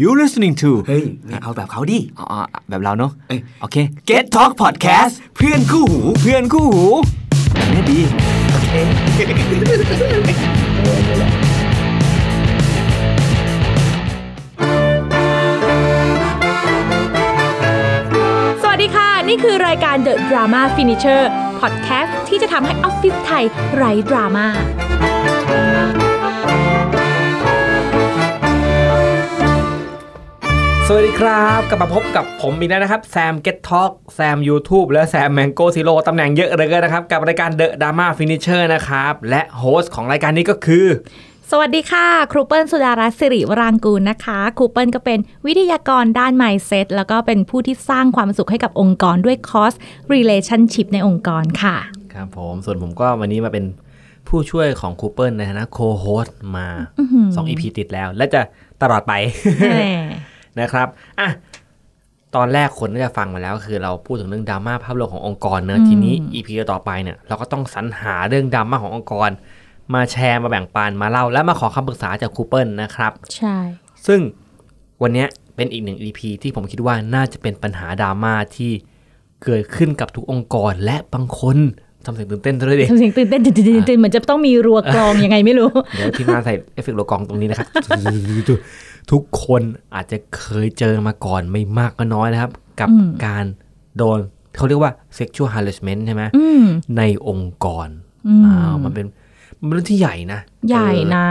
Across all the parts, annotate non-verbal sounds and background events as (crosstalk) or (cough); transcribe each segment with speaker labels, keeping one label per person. Speaker 1: you listening to
Speaker 2: เฮ้ยไม่เอาแบบเขาดิ
Speaker 1: อ๋ออ๋อแบบเราเนาะ
Speaker 2: เอ้ย
Speaker 1: โอเค Get Talk Podcast เพื่อนคู่หู เพื่อนคู่หูแบบนี้ดี
Speaker 3: สวัสดีค่ะ นี่คือรายการ The Drama Finisher Podcast ที่จะทำให้ออฟฟิศไทยไร้ดราม่า
Speaker 4: สวัสดีครับกลับมาพบกับผมอีกแล้วนะครับ แซม Get Talk แซม YouTube และแซม Mango Zero ตำแหน่งเยอะเหลยนะครับ กับรายการ The Drama Finisher นะครับ และโฮสต์ของรายการนี้ก็คือ
Speaker 3: สวัสดีค่ะ ครูเปิลสุดารัตน์สิริวรางกูลนะคะ ครูเปิลก็เป็นวิทยากรด้าน Mindset แล้วก็เป็นผู้ที่สร้างความสุขให้กับองค์กรด้วยคอร์ส Relationship ในองค์กรค่ะ
Speaker 4: ครับผมส่วนผมก็วันนี้มาเป็นผู้ช่วยของคูเปิลในฐานะโคโฮสต์มา
Speaker 3: อื้อหือ
Speaker 4: 2 EP ติดแล้ว และจะตลอดไป
Speaker 3: แหม
Speaker 4: นะครับ อ่ะ ตอนแรกคนก็จะฟังมาแล้วคือเราพูดถึงเรื่องดราม่าภาพรวมขององค์กรเนอะ
Speaker 3: อืม
Speaker 4: ทีนี้ EP ต่อไปเนี่ย เราก็ต้องสรรหาเรื่องดราม่าขององค์กร มาแชร์มาแบ่งปันมาเล่า และมาขอคำปรึกษาจากครูเปิลนะครับ
Speaker 3: ใช่
Speaker 4: ซึ่งวันเนี้ยเป็นอีกหนึ่ง EP ที่ผมคิดว่าน่าจะเป็นปัญหาดราม่าที่เกิดขึ้นกับทุกองค์กรและบางคนทำเสียงตื่นเต้นด้วยดิ
Speaker 3: ทำเสียงตื่นเต้นตื่นเต้นตื่นเต้นเหมื (laughs) อนจะต้องมีรัวกลองยังไงไม่รู้
Speaker 4: เดี๋ยวทีมงานใส่เอฟเฟกต์โลกองตรงนี้นะครับ ทุกคนอาจจะเคยเจอมาก่อนไม่มากก็น้อยนะครับ กับ
Speaker 3: อืม
Speaker 4: การโดนเขาเรียกว่า sexual harassment ใช่ไหม
Speaker 3: อืม
Speaker 4: ในองค์กร
Speaker 3: อืม
Speaker 4: อ้าวมันเป็นมันเป็นเรื่องที่ใหญ่นะ
Speaker 3: ใหญ่นะ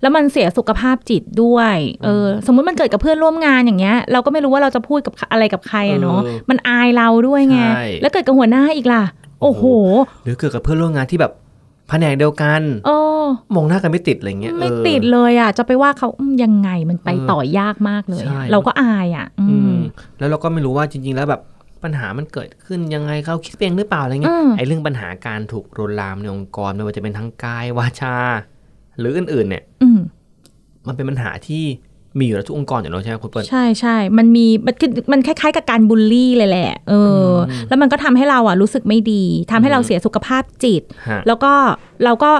Speaker 3: แล้วมันเสียสุขภาพจิตด้วย เออ สมมุติมันเกิดกับเพื่อนร่วมงานอย่างเงี้ย เราก็ไม่รู้ว่าเราจะพูดกับอะไรกับใครอะเนาะ
Speaker 4: ออ
Speaker 3: มันอายเราด้วยไง
Speaker 4: ใช่
Speaker 3: แล้วเกิดกับหัวหน้าอีกล่ะ โอ้โห
Speaker 4: หรือเกิดกับเพื่อนร่วมงานที่แบบแผนกเดียวกัน
Speaker 3: เออ
Speaker 4: มองหน้ากันไม่ติดอะไรเงี้ย
Speaker 3: ไม่
Speaker 4: เออ
Speaker 3: ติดเลยอ่ะ จะไปว่าเขาอืมยังไงมันไป
Speaker 4: เออ
Speaker 3: ต่อยากมากเลย
Speaker 4: ใช่
Speaker 3: เราก็อายอ่ะ อื
Speaker 4: อื
Speaker 3: ม
Speaker 4: มแล้วเราก็ไม่รู้ว่าจริง ๆ แล้วแบบปัญหามันเกิดขึ้นยังไงเขาคิดเองหรือเปล่าอะไรเงี้ย
Speaker 3: อืม
Speaker 4: ไอ้เรื่องปัญหาการถูกรวนลามในองค์กรไม่ว่าจะเป็นทั้งกายวาจาหรืออื่นๆเนี่ย
Speaker 3: อืม
Speaker 4: มันเป็นปัญหาที่มีอยู่แล้วทุกองค์กรอยู่แล้วใช่ไหมคุณเปิ้ล
Speaker 3: ใช่ใช่มันมี มันคือมันคล้ายๆกับการบูลลี่เลยแหละ เอออ
Speaker 4: ม
Speaker 3: แล้วมันก็ทำให้เราอ่ะรู้สึกไม่ดี ทำให้เรา
Speaker 4: อืม
Speaker 3: เสียสุขภาพจิต
Speaker 4: ฮะ
Speaker 3: แล้วก็เราก็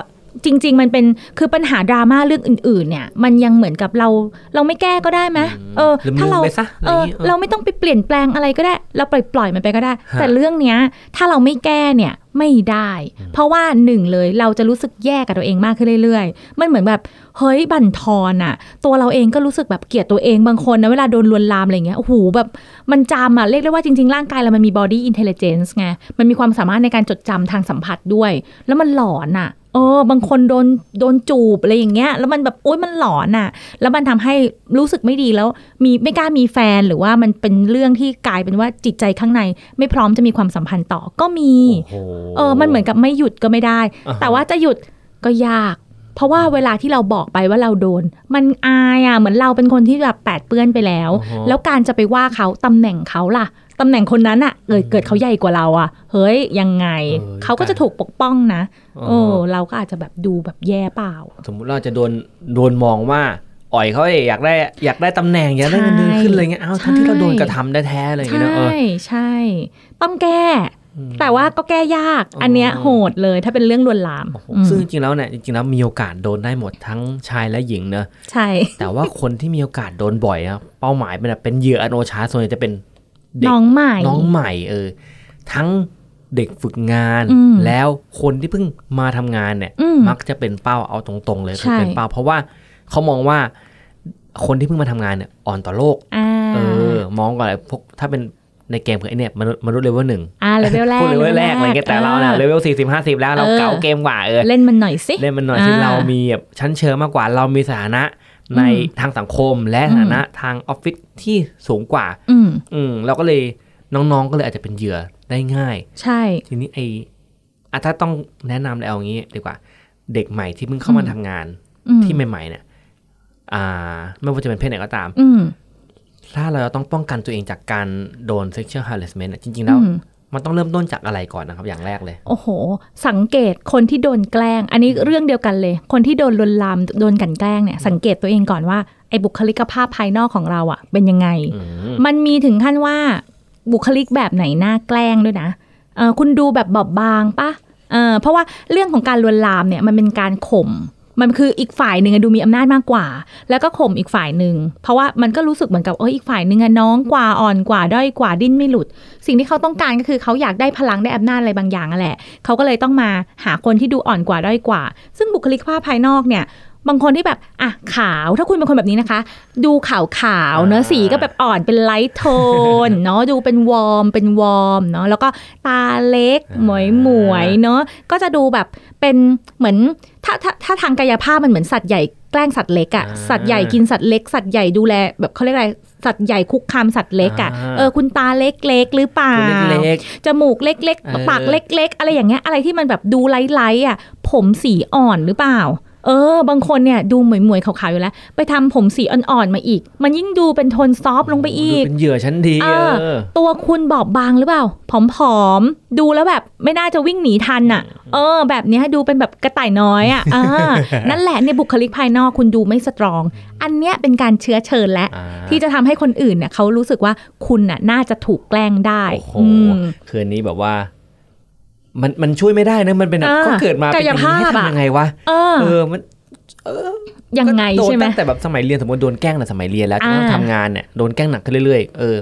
Speaker 3: จริง ๆ มันเป็นคือปัญหาดราม่าเรื่องอื่น ๆ เนี่ย มันยังเหมือนกับเราเราไม่แก้ก็ได้ไหมเออ
Speaker 4: ลืม
Speaker 3: ถ้า
Speaker 4: ลื
Speaker 3: เรา
Speaker 4: มไปซะอะไร
Speaker 3: เอ
Speaker 4: อ
Speaker 3: อย่าง
Speaker 4: งี้เออ
Speaker 3: เราไม่ต้องไปเปลี่ยนแปลงอะไรก็ได้ เราปล่อยปล่อยมันไปก็ได้
Speaker 4: ฮะ
Speaker 3: แต่เรื่องเนี้ยถ้าเราไม่แก้เนี่ยไม่ได้ เพราะว่าหนึ่งเลยเราจะรู้สึกแย่กับตัวเองมากขึ้นเรื่อย ๆ มันเหมือนแบบเฮ้ยบั่นทอนอะตัวเราเองก็รู้สึกแบบเกลียดตัวเองบางคนนะเวลาโดนลวนลามอะไรเงี้ยโอ้โหแบบมันจำอะเรียกได้ว่าจริง ๆ ร่างกายเรามันมี body intelligence ไงมันมีความสามารถในการจดจำทางสัมผัสด้วย แล้วมันหลอนอะเออบางคนโดนโดนจูบอะไรอย่างเงี้ย แล้วมันแบบโอ๊ยมันหลอนอะ แล้วมันทำให้รู้สึกไม่ดีแล้วมีไม่กล้ามีแฟนหรือว่ามันเป็นเรื่องที่กลายเป็นว่าจิตใจข้างในไม่พร้อมจะมีความสัมพันธ์ต่อก็มี
Speaker 4: โโห
Speaker 3: เออ มันเหมือนกับไม่หยุดก็ไม่ได้
Speaker 4: อ่าฮะ
Speaker 3: แต่ว่าจะหยุดก็ยาก เพราะว่าเวลาที่เราบอกไปว่าเราโดน มันอายอ่ะ เหมือนเราเป็นคนที่แบบแปดเปื้อนไปแล้ว แล้วการจะไปว่าเขาตำแหน่งเขาล่ะตำแหน่งคนนั้นอ่ะเกิดเกิดเขาใหญ่กว่าเราอ่ะ เฮ้ยยังไง
Speaker 4: เออ
Speaker 3: เขาก็จะถูกปกป้องนะ
Speaker 4: อ๋อ
Speaker 3: เออเราก็อาจจะแบบดูแบบแย่เปล่า
Speaker 4: สมมุติเราจะโดนโดนมองว่าอ่อยเขาเอ้ยอยากได้อยากได้ตำแหน่งอยากได้เงินเดือนขึ้นอะไรเงี้ยอ้าวทั้งที่เราโดนกระทำได้แท้อะไรอย่าง
Speaker 3: ใช่
Speaker 4: เงี้ยนะเออ
Speaker 3: ใช่ ต้องแก้ แต่ว่าก็แก้ยาก
Speaker 4: อ๋ออั
Speaker 3: อันเนี้ยโหดเลยถ้าเป็นเรื่องลวนลาม
Speaker 4: โอ้โห
Speaker 3: อืม
Speaker 4: ซึ่งจริงๆแล้วเนี่ยจริงๆแล้วมีโอกาสโดนได้หมดทั้งชายและหญิงเนอะ
Speaker 3: ใช่
Speaker 4: แต่ว่าคนที่มีโอกาสโดนบ่อยนะเป้าหมายเป็นแบบเป็นเหยื่ออโนชาส่วนใหญ่จะเป็นเด็ก
Speaker 3: น้องใหม่
Speaker 4: น้องใหม่เออทั้งเด็กฝึกงาน
Speaker 3: อืม
Speaker 4: แล้วคนที่เพิ่งมาทำงานเนี่ย
Speaker 3: อืม
Speaker 4: มักจะเป็นเป้าเอาตรงๆเลย
Speaker 3: ใช่
Speaker 4: คือเป็นเป้าเพราะว่าเขามองว่าคนที่เพิ่งมาทำงานเนี่ยอ่อนต่อโลก
Speaker 3: อ่า
Speaker 4: เออมองก่อนเลยพวกถ้าเป็นในเกมคือไอเนี่ยมนุษย์มนุษย์เลเวลหนึ่ง
Speaker 3: อ่าเลเวลแร
Speaker 4: พ
Speaker 3: ก
Speaker 4: วกเลเวลแรกอะไรเงี้ยแต่เราเนี่ยเล
Speaker 3: ออ
Speaker 4: เวลสี่สิบห้าสิบแล้วเรา
Speaker 3: เออ
Speaker 4: เก่าเกมกว่าเออ
Speaker 3: เล่นมันหน่อยสิ
Speaker 4: เล่นมันหน่อยที่
Speaker 3: อ่า
Speaker 4: เรามีแบบชั้นเชิงมากกว่าเรามีสถานะใน
Speaker 3: อืม
Speaker 4: ทางสังคมและสถานะทางออฟฟิศที่สูงกว่า
Speaker 3: ืม
Speaker 4: อืมเราก็เลยน้องๆก็เลยอาจจะเป็นเหยื่อได้ง่าย
Speaker 3: ใช่
Speaker 4: ทีนี้ไอ้อะถ้าต้องแนะนำเลยเอางี้ ดีกว่า เด็กใหม่ที่เพิ่งเข้ามา
Speaker 3: อืม
Speaker 4: ทำงาน
Speaker 3: อืม
Speaker 4: ที่ใหม่ๆเนี่ยอ่า ไม่ว่าจะเป็นเพศไหนก็ตาม
Speaker 3: อืม
Speaker 4: ถ้าเราต้องป้องกันตัวเองจากการโดน sexual harassment เนี่ยจริงๆแล้ว
Speaker 3: อืม
Speaker 4: มันต้องเริ่มต้นจากอะไรก่อนนะครับ อย่างแรกเลย
Speaker 3: โอ้โห สังเกตคนที่โดนแกล้ง อันนี้เรื่องเดียวกันเลย คนที่โดนลวนลามโดนกลันแกล้งเนี่ยสังเกตตัวเองก่อนว่าไอ้บุคลิกภาพภายนอกของเราอะเป็นยังไง
Speaker 4: อืม
Speaker 3: มันมีถึงขั้นว่าบุคลิกแบบไหนน่าแกล้งด้วยนะเอ่อคุณดูแบบบอบบางปะเอ่อเพราะว่าเรื่องของการลวนลามเนี่ยมันเป็นการข่ม มันคืออีกฝ่ายหนึ่งอะดูมีอำนาจมากกว่า แล้วก็ข่มอีกฝ่ายหนึ่งเพราะว่ามันก็รู้สึกเหมือนกับเอออีกฝ่ายหนึ่งอะน้องกว่าอ่อนกว่าด้อยกว่าดิ้นไม่หลุด สิ่งที่เขาต้องการก็คือเขาอยากได้พลังได้อำนาจอะไรบางอย่างอะแหละเขาก็เลยต้องมาหาคนที่ดูอ่อนกว่าด้อยกว่า ซึ่งบุคลิกภาพภายนอกเนี่ย บางคนที่แบบอ่ะขาวถ้าคุณเป็นคนแบบนี้นะคะ ดูขาวขาวๆเนอะ
Speaker 4: อ่า
Speaker 3: สีก็แบบอ่อนเป็นไลท์โทน เนาะดู (laughs) เป็นวอร์มเป็นวอร์มเนาะแล้วก็ตาเล็กหมวยหมวยๆเนาะก็จะดูแบบเป็นเหมือนถ้าถ้าถ้าทางกายภาพมันเหมือนสัตว์ใหญ่แกล้งสัตว์เล็กอะ
Speaker 4: อ่า
Speaker 3: สัตว์ใหญ่กินสัตว์เล็ก สัตว์ใหญ่ดูแลแบบเขาเรียกอะไรสัตว์ใหญ่คุกคามสัตว์เล็กอะ
Speaker 4: อ่า
Speaker 3: เออคุณตาเล็กๆหรือเปล่า
Speaker 4: ตัวเล็ก
Speaker 3: จมูกเล็ก
Speaker 4: เออ
Speaker 3: ๆ ปากเล็ก ๆ อะไรอย่างเงี้ย อะไรที่มันแบบดูไร้ๆอ่ะ ผมสีอ่อนหรือเปล่า เออ บางคนเนี่ยดูหมวยๆขาวๆอยู่แล้ว ไปทำผมสีอ่อนๆมาอีก มันยิ่งดูเป็นโทนซอฟต์
Speaker 4: ๆ
Speaker 3: ลงไปอีก
Speaker 4: ดูเป็นเหยื่อชั้นดี
Speaker 3: เออ
Speaker 4: เออ
Speaker 3: ตัวคุณบอบบางหรือเปล่า ผอมๆ ดูแล้วแบบไม่น่าจะวิ่งหนีทันอ่ะ เออ แบบเนี้ยดูเป็นแบบกระต่ายน้อยอ่ะอ่า
Speaker 4: (laughs)
Speaker 3: นั่นแหละในบุคลิกภายนอกคุณดูไม่สตรอง อันเนี้ยเป็นการเชื้อเชิญและ
Speaker 4: อ่า
Speaker 3: ที่จะทำให้คนอื่นเนี่ยเขารู้สึกว่าคุณน่ะน่าจะถูกแกล้งได้
Speaker 4: โอ้โห
Speaker 3: อืม
Speaker 4: คืนนี้แบบว่า มันมันช่วยไม่ได้นะมันเป็นแบบ
Speaker 3: อ่า
Speaker 4: เขาเกิดมาเป็นอย่างนี้ให้
Speaker 3: กายภาพอะ
Speaker 4: ทำยังไงวะ
Speaker 3: เออ
Speaker 4: เออมัน
Speaker 3: ยังไง
Speaker 4: ก็โดน
Speaker 3: ใช่ไหม
Speaker 4: ตั้งแต่แบบสมัยเรียนสมมติโดนแกล้งแต่สมัยเรียนแล้ว
Speaker 3: อ่า
Speaker 4: ทำงานเนี่ยโดนแกล้งหนักขึ้นเรื่อยๆเออ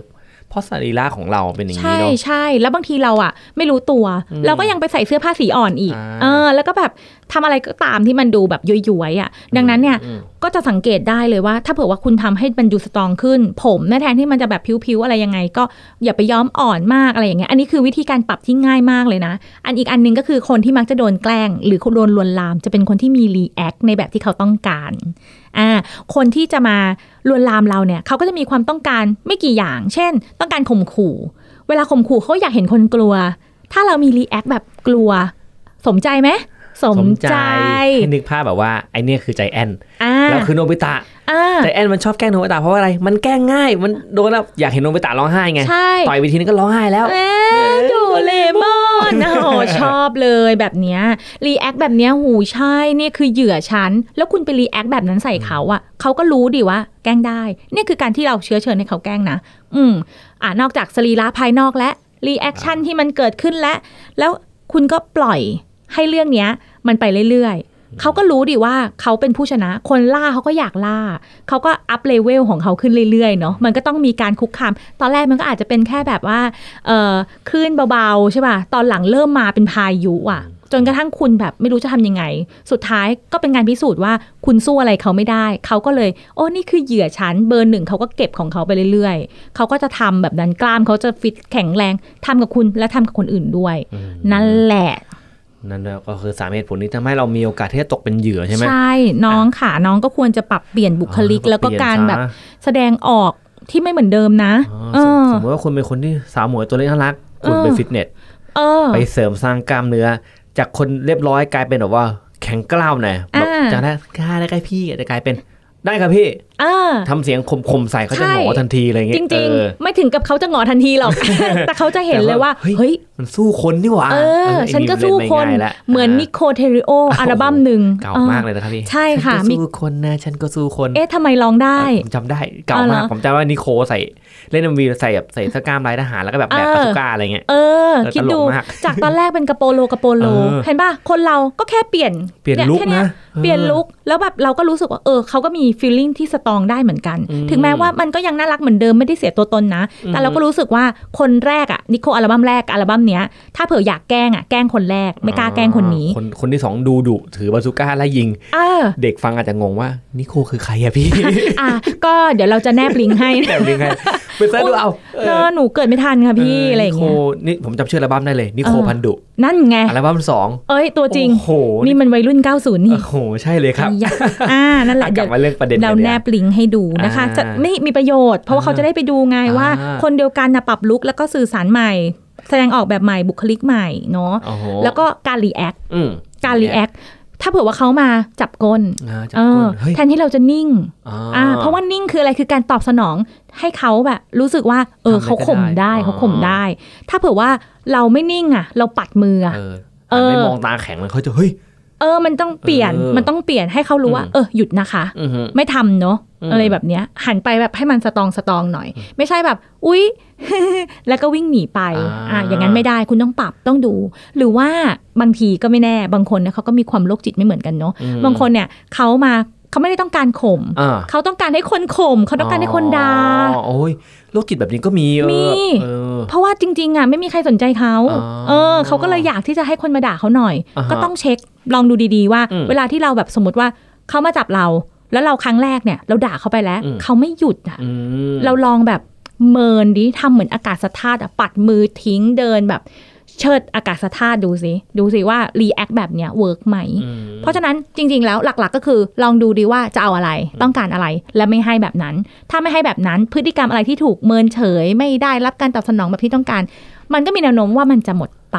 Speaker 4: เพราะสรีระของเราเป็นอย่างนี้
Speaker 3: ใช่
Speaker 4: เนาะ
Speaker 3: ใช่แล้วบางทีเราอ่ะ ไม่รู้ตัว
Speaker 4: อืม
Speaker 3: เราก็ยังไปใส่เสื้อผ้าสีอ่อนอีก
Speaker 4: อ่า
Speaker 3: เออ แล้วก็แบบทำอะไรก็ตามที่มันดูแบบย้วยๆอ่ะ ดังนั้นเนี่ย
Speaker 4: อืม
Speaker 3: ก็จะสังเกตได้เลยว่า ถ้าเผื่อว่าคุณทำให้มันดูสตรองขึ้น ผมเนี่ยแทนที่มันจะแบบผิวๆอะไรยังไง ก็อย่าไปย้อมอ่อนมากอะไรอย่างเงี้ยอันนี้คือวิธีการปรับที่ง่ายมากเลยนะ อันอีกอันหนึงก็คือคนที่มักจะโดนแกล้ง หรือโดนลวนลาม จะเป็นคนที่มีรีแอคในแบบที่เขาต้องการอ่าคนที่จะมาลวนลามเราเนี่ยเขาก็จะมีความต้องการไม่กี่อย่าง เช่น ต้องการข่มขู่ เวลาข่มขู่เขาอยากเห็นคนกลัว ถ้าเรามีรีแอคแบบกลัว สมใจไหมสม
Speaker 4: ให
Speaker 3: ใจ
Speaker 4: ้นึกภาพแบบว่าไอเนี่ยคือใจแอน
Speaker 3: อ่า
Speaker 4: แล้วคือโนบิตะ
Speaker 3: อ่า
Speaker 4: ใจแอนมันชอบแกล้งโนบิตะเพราะว่าอะไร มันแกล้งง่าย มันโดนแล้วอยากเห็นโนบิตะร้องไห้ไง
Speaker 3: ใช่
Speaker 4: ต่อยไปทีนึงก็ร้องไห้แล้ว
Speaker 3: เอ๊ะโดูเลมอนโอ้โหชอบเลยแบบเนี้ยรีแอคแบบเนี้ยหูใช่นี่คือเหยื่อฉัน แล้วคุณไปรีแอคแบบนั้นใส่เขาอะเขาก็รู้ดิว่าแกล้งได้เนี่ยคือการที่เราเชื้อเชิญให้เขาแกล้งนะ อืมอ่ะนอกจากสรีระภายนอกและรีแอคชั่นที่มันเกิดขึ้นและ แล้วคุณก็ปล่อยให้เรื่องเนี้ย มันไปเรื่อยๆเขาก็รู้ดิว่าเขาเป็นผู้ชนะ คนล่าเขาก็อยากล่า เขาก็อัพเลเวลของเขาขึ้นเรื่อยๆเนาะมันก็ต้องมีการคุกคาม ตอนแรกมันก็อาจจะเป็นแค่แบบว่า เอ่อคลื่นเบาๆ ใช่ป่ะ ตอนหลังเริ่มมาเป็นพายุอ่ะ จนกระทั่งคุณแบบไม่รู้จะทำยังไง สุดท้ายก็เป็นการพิสูจน์ว่าคุณสู้อะไรเขาไม่ได้ เขาก็เลย โอ้นี่คือเหยื่อฉันเบอร์หนึ่งเขาก็เก็บของเขาไปเรื่อยๆ เขาก็จะทำแบบนั้นกล้ามเขาจะฟิตแข็งแรงทำกับคุณและทำกับคนอื่นด้วย นั่นแหละ
Speaker 4: นั่นก็คือสามเหตุผลนี้ทำให้เรามีโอกาสที่จะตกเป็นเหยื่อใช่ไหม
Speaker 3: น้องค่ะน้องก็ควรจะปรับเปลี่ยนบุคลิก
Speaker 4: เออ
Speaker 3: แล้วก็
Speaker 4: เปยน
Speaker 3: การ
Speaker 4: ซะ
Speaker 3: แบบแสดงออกที่ไม่เหมือนเดิมนะ
Speaker 4: อ๋อ
Speaker 3: เอ
Speaker 4: สม
Speaker 3: อ
Speaker 4: สมมติว่าคุณเป็นคนที่สาวหมวยตัวเล็กน่ารัก คุณไป
Speaker 3: เออ
Speaker 4: ฟิตเนส
Speaker 3: เออ
Speaker 4: ไปเสริมสร้างกล้ามเนื้อ จากคนเรียบร้อยกลายเป็นแบบว่า แข็งกล้าวหน่อยแบบ
Speaker 3: อ่า
Speaker 4: จากนั้นกล้าได้ใกล้พี่จะกลายเป็นได้ครับพี่
Speaker 3: เออ
Speaker 4: ทำเสียงข่มๆใส่เขาจะหมอทันทีอะไรอย่าง
Speaker 3: จ
Speaker 4: เงี้ย
Speaker 3: ริง
Speaker 4: เออ
Speaker 3: ๆ ไม่ถึงกับเขาจะหงอทันทีหร
Speaker 4: (laughs)
Speaker 3: อก แต่เขาจะเห็นเลยว่า
Speaker 4: แต่ว่าเฮ้
Speaker 3: เฮ้
Speaker 4: ย
Speaker 3: ย
Speaker 4: มันสู้คนนี่หว่า
Speaker 3: เออ
Speaker 4: ไ
Speaker 3: ฉันก็สู้
Speaker 4: ไม่
Speaker 3: คน
Speaker 4: ง่ายละ
Speaker 3: เหมือน
Speaker 4: อ่า
Speaker 3: นิโคเทริโออัลบั้มหนึ่ง
Speaker 4: เก่ามากเลย
Speaker 3: อ
Speaker 4: นะครับพี่
Speaker 3: ใช่ค่ะ
Speaker 4: ฉันก็
Speaker 3: มี
Speaker 4: สู้คนนะ ฉันก็สู้คน่
Speaker 3: อเอ๊ะทำไมร้องได้
Speaker 4: ผมจำได้เก่า
Speaker 3: อ๋อเหร
Speaker 4: มาก
Speaker 3: อ
Speaker 4: ผมจำว่านิโคใส่เล่น MV ใส่แบบใส่เสอกล้ามลายทหารแล้วก็แบบแบบ
Speaker 3: เออ
Speaker 4: ปาตุก้าอะไรเงี้ย
Speaker 3: เออ
Speaker 4: เออ
Speaker 3: คิดดู
Speaker 4: ตลกมาก
Speaker 3: จากตอนแรกเป็นกระโปโลกระโปโล
Speaker 4: เออ
Speaker 3: เห็นป่ะ คนเราก็แค่เปลี่ยน
Speaker 4: เปลี่ยนลุค
Speaker 3: แค่เย
Speaker 4: นะ
Speaker 3: เปลี่ยนลุคแล้วแบบเราก็รู้สึกว่า เออเขาก็มีฟีลลิ่งที่สตรองได้เหมือนกัน
Speaker 4: อืม
Speaker 3: ถึงแม้ว่ามันก็ยังน่ารักเหมือนเดิมไม่ได้เสียตัวตนนะ แต่เราก็รู้สึกว่าคนแรกอะนิโคอัลบั้มแรกอัลบั้มเนี้ย ถ้าเผื่ออยากแกล้งอะแกล้งคนแรก ไม่กล้าแกล้งคนนี้
Speaker 4: าคนคนที่สองดูดุถือบาซูก้าไล่ยิง
Speaker 3: เออ
Speaker 4: เด็กฟังอาจจะงงว่านิโคคือใครอะพี่
Speaker 3: (laughs) อ่ะก็เดี๋ยวเราจะแนบลิงก์ให้นะ
Speaker 4: แบบยังไงไปเสิร์ชดูเอา
Speaker 3: เนอะหนูเกิดไม่ทันค่ะพี่อะไรอย่างเงี้ย
Speaker 4: นิโคนี่ผมจำชื่ออัลบั้มได้เลยนิโค
Speaker 3: เออ
Speaker 4: พันดุ
Speaker 3: นั่นไง
Speaker 4: อัลบั้มสอง
Speaker 3: เอ้ย ตัวจริง
Speaker 4: โอ้โห
Speaker 3: นี่มันวัยรุ่น 90 นี่
Speaker 4: โอ้โหใช่เลยครับ
Speaker 3: อีห
Speaker 4: (laughs)
Speaker 3: ยะอ่า นั่นแหละ
Speaker 4: อ่ะกลับ
Speaker 3: เดี๋ยว
Speaker 4: มาเรื่องประเด็น
Speaker 3: เรา
Speaker 4: กัน
Speaker 3: แน
Speaker 4: เนี่ย
Speaker 3: บลิงก์ให้ดูนะคะ
Speaker 4: อ่า
Speaker 3: จะไม่มีประโยชน์ เพราะว่าเขาจะได้ไปดูไงว่า
Speaker 4: อ่า
Speaker 3: คนเดียวกันนะปรับลุกแล้วก็สื่อสารใหม่ แสดงออกแบบใหม่บุคลิกใหม่เนาะ
Speaker 4: โอ้โห
Speaker 3: แล้วก็การรีแอค
Speaker 4: อืม
Speaker 3: การรีแอคถ้าเผื่อว่าเขามาจับก้น
Speaker 4: อ่าจับ
Speaker 3: เอ
Speaker 4: ก้
Speaker 3: อน
Speaker 4: เฮ้ย
Speaker 3: แทนที่เราจะนิ่ง
Speaker 4: อ่
Speaker 3: อ่าเพราะว่านิ่งคืออะไรคือการตอบสนองให้เขาแบบรู้สึกว่าเออ
Speaker 4: ทำอะไรก็
Speaker 3: เขาข่มได้
Speaker 4: ได้
Speaker 3: เขาข่มได้ ถ้าเผื่อว่าเราไม่นิ่งอ่ะ เราปัดมืออ่ะ
Speaker 4: เออ
Speaker 3: เออ
Speaker 4: ไม่มองตาแข็งเลยเขาจะเฮ้ย
Speaker 3: เออมันต้องเปลี่ยน
Speaker 4: เออ
Speaker 3: มันต้องเปลี่ยนให้เขารู้ว่า
Speaker 4: อืม
Speaker 3: เออหยุดนะคะ
Speaker 4: อื้อหือ
Speaker 3: ไม่ทำเนาะ
Speaker 4: อืม
Speaker 3: อะไรแบบเนี้ยหันไปแบบให้มันสตองสตองหน่อย ไม่ใช่แบบ อุ๊ย (laughs) แล้วก็วิ่งหนีไป
Speaker 4: อ่า
Speaker 3: อ่ะอย่างนั้นไม่ได้คุณต้องปรับต้องดู หรือว่าบางทีก็ไม่แน่บางคนเนี่ยเขาก็มีความโรคจิตไม่เหมือนกันเนาะบางคนเนี่ยเขามาเขาไม่ได้ต้องการข่ม
Speaker 4: อ่า
Speaker 3: เขาต้องการให้คนข่มเขาต้องการให้คนด่า
Speaker 4: อ๋อโอ้ยโรคจิตแบบนี้ก็มีเออ
Speaker 3: มี
Speaker 4: เออ
Speaker 3: เพราะว่าจริงๆอ่ะไม่มีใครสนใจเขา
Speaker 4: อ๋อ
Speaker 3: เออเขาก็เลยอยากที่จะให้คนมาด่าเขาหน่อย
Speaker 4: อ่าฮะ
Speaker 3: ก็ต้องเช็คลองดูดีๆว่า
Speaker 4: อืม
Speaker 3: เวลาที่เราแบบสมมติว่าเขามาจับเรา แล้วเราครั้งแรกเนี่ย เราด่าเขาไปแล้ว
Speaker 4: อืม
Speaker 3: เขาไม่หยุดอ่ะ
Speaker 4: อืม
Speaker 3: เราลองแบบเมินดิทำเหมือนอากาศธาตุอะปัดมือทิ้งเดินแบบเชิดอากาศธาตุดูสิดูสิว่ารีแอคแบบเนี้ยเวิร์กไหม
Speaker 4: อืม
Speaker 3: เพราะฉะนั้นจริง ๆ แล้วหลักๆ ก็คือลองดูดีว่าจะเอาอะไรต้องการอะไรและไม่ให้แบบนั้น ถ้าไม่ให้แบบนั้นพฤติกรรมอะไรที่ถูกเมินเฉย ไม่ได้รับการตอบสนองแบบที่ต้องการ มันก็มีแนวโน้มว่ามันจะหมดไป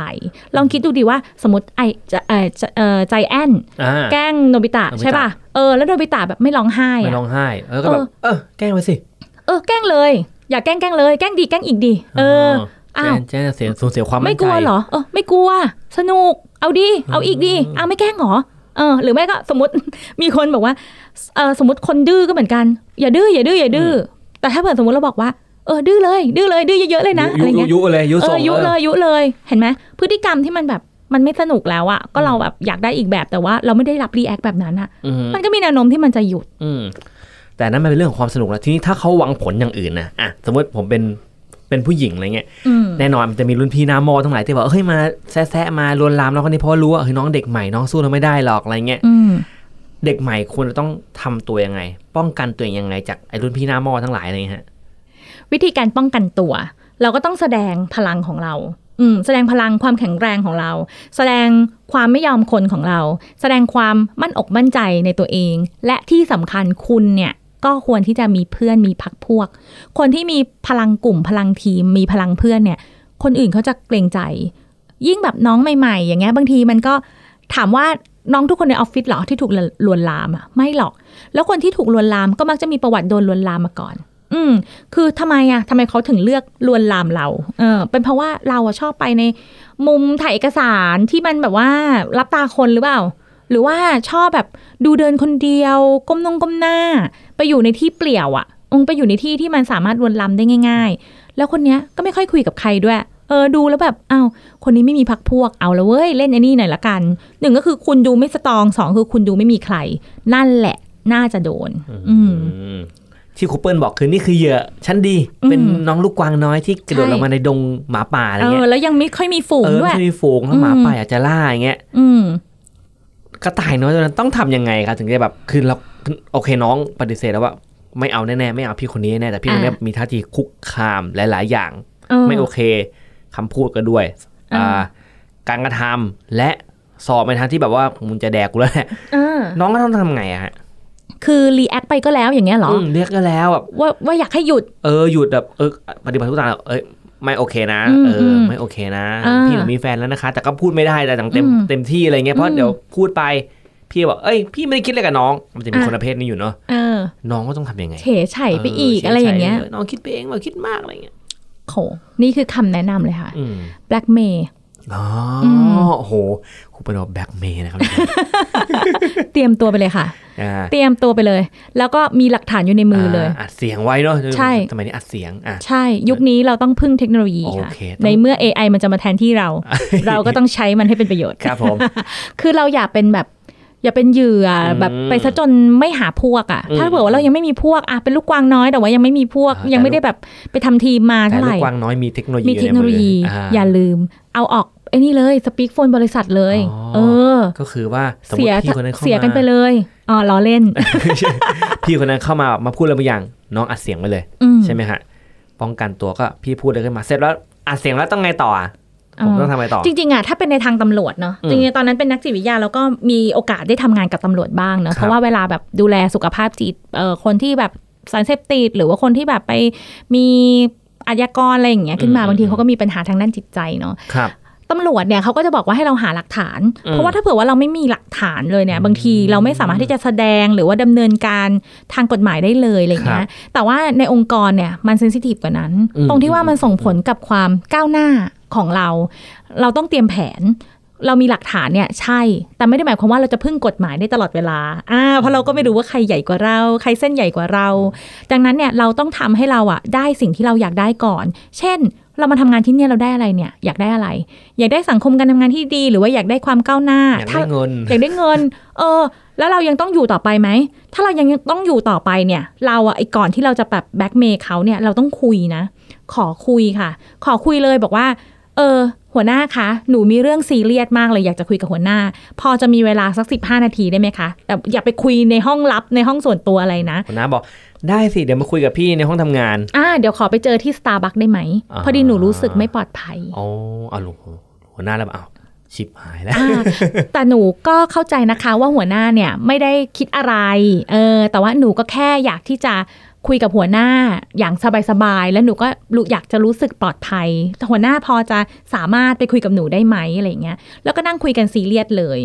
Speaker 3: ลองคิดดูดีว่าสมมติไอจะเอ่อจะเอ่อใจแอน
Speaker 4: อ่า
Speaker 3: แกล้งโนบิตะ
Speaker 4: โนบิตะ
Speaker 3: ใช่ป่ะเออแล้วโนบิตะแบบไม่ร้องไห้
Speaker 4: ไม่
Speaker 3: อะ
Speaker 4: ร้องไห้แล้วก็แบบ เออแกล้งไปสิ
Speaker 3: เออแกล้งเลย อย่าแกล้งแกล้งเลย แกล้งดีแกล้งอีกดี เออ อ้าว
Speaker 4: แจ้งเสียสูญเสียความ
Speaker 3: ไม่
Speaker 4: นใจ
Speaker 3: กลัวเหรอเออไม่กลัว สนุก เอาดี เอาอีกดี
Speaker 4: อืม
Speaker 3: เอาไม่แกล้งเหรอเออหรือไม่ก็สมมติ (laughs) มีคนบอกว่าเออสมมติคนดื้อก็เหมือนกัน อย่าดื้ออย่าดื้ออย่าดื้ออแต่ถ้าเผื่อสมมติเราบอกว่าเออดื้อเลย ดื้อเลยดื้อเยอะๆเลยนะอะไรเงี้ย
Speaker 4: ยุยุเลยยุ
Speaker 3: เอ
Speaker 4: ส่
Speaker 3: อง ยุ
Speaker 4: ออ
Speaker 3: เลยยุเลยเห็นไหมพฤติกรรมที่มันแบบมันไม่สนุกแล้วอะก็เราแบบอยากได้อีกแบบแต่ว่าเราไม่ได้รับรีแอคแบบนั้นอะ
Speaker 4: อืม
Speaker 3: มันก็มีแนวโน้มที่มันจะหยุด
Speaker 4: อืมแต่นั่นมันเป็นเรื่องของความสนุกแล้วทีนี้ถ้าเขาหวังผลอย่างอื่นนะอ่ะสมมติผมเป็นเป็นผู้หญิงอะไรเงี้ย
Speaker 3: อืม
Speaker 4: แน่นอนมันจะมีรุ่นพี่หน้ามอทั้งหลายที่บอกเฮ้ยมาแซะๆมาลวนลามเราคนนี้เพราะว่ารู้ว่าเฮ้ยน้องเด็กใหม่น้องสู้เราไม่ได้หรอกอะไรเงี้ย
Speaker 3: อืม
Speaker 4: เด็กใหม่ควรจะต้องทำตัวยังไง ป้องกันตัวเองยังไงจากไอ้รุ่นพี่หน้ามอทั้งหลายอะไรเงี้ยฮะ
Speaker 3: วิธีการป้องกันตัว เราก็ต้องแสดงพลังของเราอืมแสดงพลังความแข็งแรงของเรา แสดงความไม่ยอมคนของเรา แสดงความมั่นอกมั่นใจในตัวเอง และที่สำคัญคุณเนี่ยก็ควรที่จะมีเพื่อนมีพักพวก คนที่มีพลังกลุ่มพลังทีม มีพลังเพื่อนเนี่ย คนอื่นเขาจะเกรงใจ ยิ่งแบบน้องใหม่ๆ อย่างเงี้ยบางทีมันก็ถามว่าน้องทุกคนในออฟฟิศเหรอที่ถูกลวนลามอ่ะไม่หรอก แล้วคนที่ถูกลวนลามก็มักจะมีประวัติโดนลวนลามมาก่อน อืม คือทำไมอะทำไมเขาถึงเลือกลวนลามเรา เออ เป็นเพราะว่าเราอะชอบไปในมุมถ่ายเอกสารที่มันแบบว่ารับตาคนหรือเปล่า หรือว่าชอบแบบดูเดินคนเดียว ก้มนงก้มหน้า ไปอยู่ในที่เปลี่ยวอะองไปอยู่ในที่ที่มันสามารถลวนลามได้ง่าย ๆ แล้วคนเนี้ยก็ไม่ค่อยคุยกับใครด้วย เออ ดูแล้วแบบอ้าวคนนี้ไม่มีพักพวก เอาละเว้ย เล่นไอ้นี่หน่อยละกัน หนึ่งก็คือคุณดูไม่สตรองสองคือคุณดูไม่มีใคร นั่นแหละ น่าจะโดน อืม
Speaker 4: อืมที่คูเปิลบอกคือนี่คือเหยื่อชั้นดี เป็น
Speaker 3: อืม
Speaker 4: น้องลูกกวางน้อยที่กระโดด
Speaker 3: ใช่
Speaker 4: ลงมาในดงหมาป่าอะไร
Speaker 3: เอ
Speaker 4: เงี้
Speaker 3: อย แล้วยังไม่ค่อยมีฝูง
Speaker 4: เออ
Speaker 3: ด้วย
Speaker 4: ที่มีฝูงแล้วหมา
Speaker 3: อืม
Speaker 4: ป่าอยากจะล่าอย่างเงี้ย
Speaker 3: อืม
Speaker 4: กระต่ายน้อยตัวนั้นต้องทำยังไงครับถึงจะแบบคือเราโอเคน้องปฏิเสธแล้วว่า ไม่เอาแน่ๆไม่เอาพี่คนนี้แน่แต่พี่คนนี้
Speaker 3: อ่ะ
Speaker 4: มีท่าทีคุกคามหลาย ๆ อย่าง
Speaker 3: เออ
Speaker 4: ไม่โอเคคำพูดก็ด้วย
Speaker 3: อ่า
Speaker 4: อ่าการกระทำและสอบในทางที่แบบว่ามึงจะแดกกูแล้วแหละ
Speaker 3: เออ
Speaker 4: น้องก็ต้องทำไงอะฮะ
Speaker 3: คือรีแอคไปก็แล้วอย่างเงี้ยเหรอ
Speaker 4: มเรียกก็แล้วแบบ
Speaker 3: ว่าว่าอยากให้หยุด
Speaker 4: เออหยุดแบบเออปฏิบัติทุกอย่างแบบเอ้ยไม่โอเคนะ
Speaker 3: อืม
Speaker 4: เอออ
Speaker 3: ม
Speaker 4: ไม่โอเคนะ
Speaker 3: อ่า
Speaker 4: พี่หนูมีแฟนแล้วนะคะ แต่ก็พูดไม่ได้แต่างเต็ม
Speaker 3: อืม
Speaker 4: เต็มที่อะไรเงี้ยเพ
Speaker 3: อื
Speaker 4: ราะ
Speaker 3: ม
Speaker 4: เดี๋ยวพูดไปพี่บอกเอ้ยพี่ไม่ได้คิดอะไรกับน้อง มันจะมี
Speaker 3: อ่ะ
Speaker 4: คนประเภทนี้อยู่เนาะ
Speaker 3: เออ
Speaker 4: น้องก็ต้องทำยังไง
Speaker 3: เฉยไฉไปอีกอะไรอย่างเงี้ย
Speaker 4: ฉๆน้องคิดไปเองว่าคิดมากอะไรเงี้ย
Speaker 3: โหนี่คือคำแนะนำเลยค่ะ
Speaker 4: อืม
Speaker 3: black mail
Speaker 4: อ๋ออ
Speaker 3: ม
Speaker 4: โอ้โหครูปนอแบ็กเมย์นะครับ (laughs)
Speaker 3: เตรียมตัวไปเลยค่ะ
Speaker 4: อ่า
Speaker 3: เตรียมตัวไปเลย แล้วก็มีหลักฐานอยู่ในมือเลย
Speaker 4: าอัดเสียงไว้เนาะ
Speaker 3: ใช่
Speaker 4: สมัยนี้อัดเสียงอ่ะ
Speaker 3: ใช่ ยุคนี้เราต้องพึ่งเทคโนโลยีค่ะ
Speaker 4: โอเคต้อง
Speaker 3: ในเมื่อ AI มันจะมาแทนที่เรา
Speaker 4: (laughs)
Speaker 3: เราก็ต้องใช้มันให้เป็นประโยชน์
Speaker 4: ครับผม
Speaker 3: (laughs) คือเราอย่าเป็นแบบ อย่าเป็นเหยื่ออ
Speaker 4: ม
Speaker 3: แบบไปซะจนไม่หาพวกอะ่ะ
Speaker 4: อืม
Speaker 3: ถ้าเผื่อว่าเรายังไม่มีพวกอ่ะเป็นลูกกวางน้อยแต่ว่ายังไม่มีพวก
Speaker 4: อ่ายั
Speaker 3: ยังไม่ได้แบบไปทำทีมมา
Speaker 4: แต่
Speaker 3: เท่าไห
Speaker 4: ลูก
Speaker 3: ร่
Speaker 4: กวางน้อยมีเทคโนโลยี
Speaker 3: มีเทคโนโลยี
Speaker 4: อยู่ในมือ
Speaker 3: อย่า
Speaker 4: อ่า
Speaker 3: ลืม เอาออกไอ้นี่เลยสปีกโฟนบริษัทเลย
Speaker 4: อ๋อ
Speaker 3: เออ
Speaker 4: ก็คือว่าสมม
Speaker 3: เสี
Speaker 4: ติ
Speaker 3: ย
Speaker 4: พี่คนนั้นข้า
Speaker 3: เสียกัน
Speaker 4: มา
Speaker 3: ไปเลยอ๋อล้อเล่น
Speaker 4: พี่คนนั้นเข้ามามาพูดอะไรบางอย่าง น้องอัดเสียงไว้เลย
Speaker 3: อืม
Speaker 4: ใช่ไหมฮะป้องกันตัวก็พี่พูดอะไรขึ้นมาเสร็จแล้วอัดเสียงแล้วต้องไงต่ออ่ะผม
Speaker 3: อ๋อ
Speaker 4: ต้องทำไงต่อ
Speaker 3: จริงๆอะถ้าเป็นในทางตำรวจเนาะ
Speaker 4: อืม
Speaker 3: จริงๆตอนนั้นเป็นนักจิตวิทยาแล้วก็มีโอกาสได้ทำงานกับตำรวจบ้างเนาะ
Speaker 4: ครับ
Speaker 3: เพราะว่าเวลาแบบดูแลสุขภาพจิตเอ่อคนที่แบบสารเสพติดหรือว่าคนที่แบบไปมีอาชญากรอะไรอย่างเงี้ยขึ้นมาบางทีเขาก็มีปัญหาทางด้านจิตใจเนาะ
Speaker 4: ครับ
Speaker 3: ตำรวจเนี่ยเขาก็จะบอกว่าให้เราหาหลักฐาน
Speaker 4: อืม
Speaker 3: เพราะว่าถ้าเผื่อว่าเราไม่มีหลักฐานเลยเนี่ยบางทีเราไม่สามารถที่จะแสดงหรือว่าดำเนินการทางกฎหมายได้เลยอะไรอย่าง
Speaker 4: ค
Speaker 3: เงี้
Speaker 4: รั
Speaker 3: ยแต่ว่าในองค์กรเนี่ยมันเซนซิทีฟกว่านั้น
Speaker 4: อืม
Speaker 3: ตรงที่ว่ามันส่งผลกับความก้าวหน้าของเรา เราต้องเตรียมแผน เรามีหลักฐานเนี่ยใช่ แต่ไม่ได้หมายความว่าเราจะพึ่งกฎหมายได้ตลอดเวลาอ่าเพราะเราก็ไม่รู้ว่าใครใหญ่กว่าเรา ใครเส้นใหญ่กว่าเรา ดังนั้นเนี่ยเราต้องทำให้เราอะได้สิ่งที่เราอยากได้ก่อน เช่น เรามาทำงานที่เนี่ยเราได้อะไรเนี่ยอยากได้อะไร อยากได้สังคมการทำงานที่ดี หรือว่าอยากได้ความก้าวหน้า
Speaker 4: อยากได้
Speaker 3: ถ้า
Speaker 4: เงิน
Speaker 3: อยากได้เงิน เออ แล้วเรายังต้องอยู่ต่อไปไหม ถ้าเรายังต้องอยู่ต่อไปเนี่ย เราอะไอ้ก่อนที่เราจะแบบแบ็กเมย์เขาเนี่ย เราต้องคุยนะ ขอคุยค่ะ ขอคุยเลยบอกว่า เออ หัวหน้าคะ หนูมีเรื่องซีเรียสมากเลยอยากจะคุยกับหัวหน้า พอจะมีเวลาสัก 15 นาทีได้ไหมคะ แต่อย่าไปคุยในห้องลับในห้องส่วนตัวอะไรนะ
Speaker 4: หัวหน้าบอกได้สิเดี๋ยวมาคุยกับพี่ในห้องทำงาน
Speaker 3: อ่า เดี๋ยวขอไปเจอที่ Starbucks ได้ไหม
Speaker 4: อ่า
Speaker 3: พอดีหนูรู้สึกไม่ปลอดภัย
Speaker 4: อ๋อเอาลุงหัวหน้าแล้วเอาชิบหายแล้ว (laughs)
Speaker 3: อ่าแต่หนูก็เข้าใจนะคะว่าหัวหน้าเนี่ยไม่ได้คิดอะไร เออ แต่ว่าหนูก็แค่อยากที่จะคุยกับหัวหน้าอย่างสบายๆ แล้วหนูก็รู้อยากจะรู้สึกปลอดภัยแต่หัวหน้าพอจะสามารถไปคุยกับหนูได้ไหมอะไรอย่างเงี้ย แล้วก็นั่งคุยกันซีเรียสเลย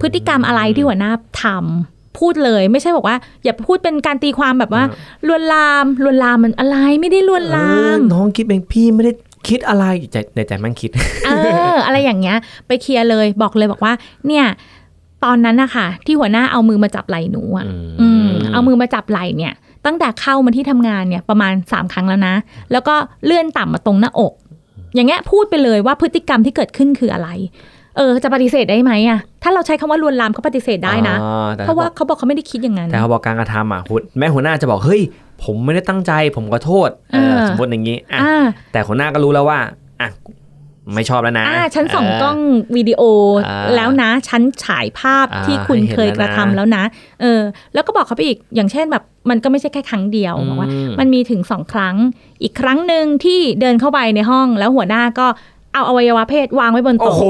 Speaker 3: พฤติกรรมอะไรที่หัวหน้าทำพูดเลยไม่ใช่บอกว่า อย่าพูดเป็นการตีความแบบว่าลวนลามลวนลามมันอะไรไม่ได้ลวนลาม
Speaker 4: น้องคิดเองพี่ไม่ได้คิดอะไรใจในใจแมันคิด
Speaker 3: เอออะไรอย่างเงี้ย ไปเคลียร์เลยบอกเลยบอกว่า เนี่ย ตอนนั้นนะคะที่หัวหน้าเอามือมาจับไหล่หนูอ่ะ อืมเอามือมาจับไหล่เนี่ย ตั้งแต่เข้ามาที่ทำงานเนี่ยประมาณ 3 ครั้งแล้วนะ แล้วก็เลื่อนต่ำมาตรงหน้าอก อย่างเงี้ยพูดไปเลยว่าพฤติกรรมที่เกิดขึ้นคืออะไร เออ จะปฏิเสธได้ไหมอ่ะ ถ้าเราใช้คำว่าลวนลามเขาปฏิเสธได้นะ
Speaker 4: อ่าแต่
Speaker 3: เพราะว่าเขาบอกเขาไม่ได้คิดอย่างนั้น
Speaker 4: แต่เขาบอกการกระทำอ่ะคุณแม่หัวหน้าจะบอกเฮ้ย ผมไม่ได้ตั้งใจ ผมขอโทษเออ
Speaker 3: เออ
Speaker 4: สมมติอย่างนี้อ่ะ
Speaker 3: อ่า
Speaker 4: แต่หัวหน้าก็รู้แล้วว่าอ่ะไม่ชอบแล้วนะ
Speaker 3: อ่าฉันส่องกล้องวิดีโอ
Speaker 4: อ่า
Speaker 3: แล้วนะ ฉันฉายภาพ
Speaker 4: อ่า
Speaker 3: ที่คุณ
Speaker 4: ให้เห็น
Speaker 3: เคยกระทำ
Speaker 4: แล้วนะ
Speaker 3: แล้วนะ เออ แล้วก็บอกเขาไปอีกอย่างเช่นแบบมันก็ไม่ใช่แค่ครั้งเดียวบอกว่า
Speaker 4: อืม
Speaker 3: มันมีถึงสองครั้ง อีกครั้งหนึ่งที่เดินเข้าไปในห้องแล้วหัวหน้าก็เอาอวัยวะเพศวางไว้บน
Speaker 4: โอ้
Speaker 3: โต๊ะ
Speaker 4: โห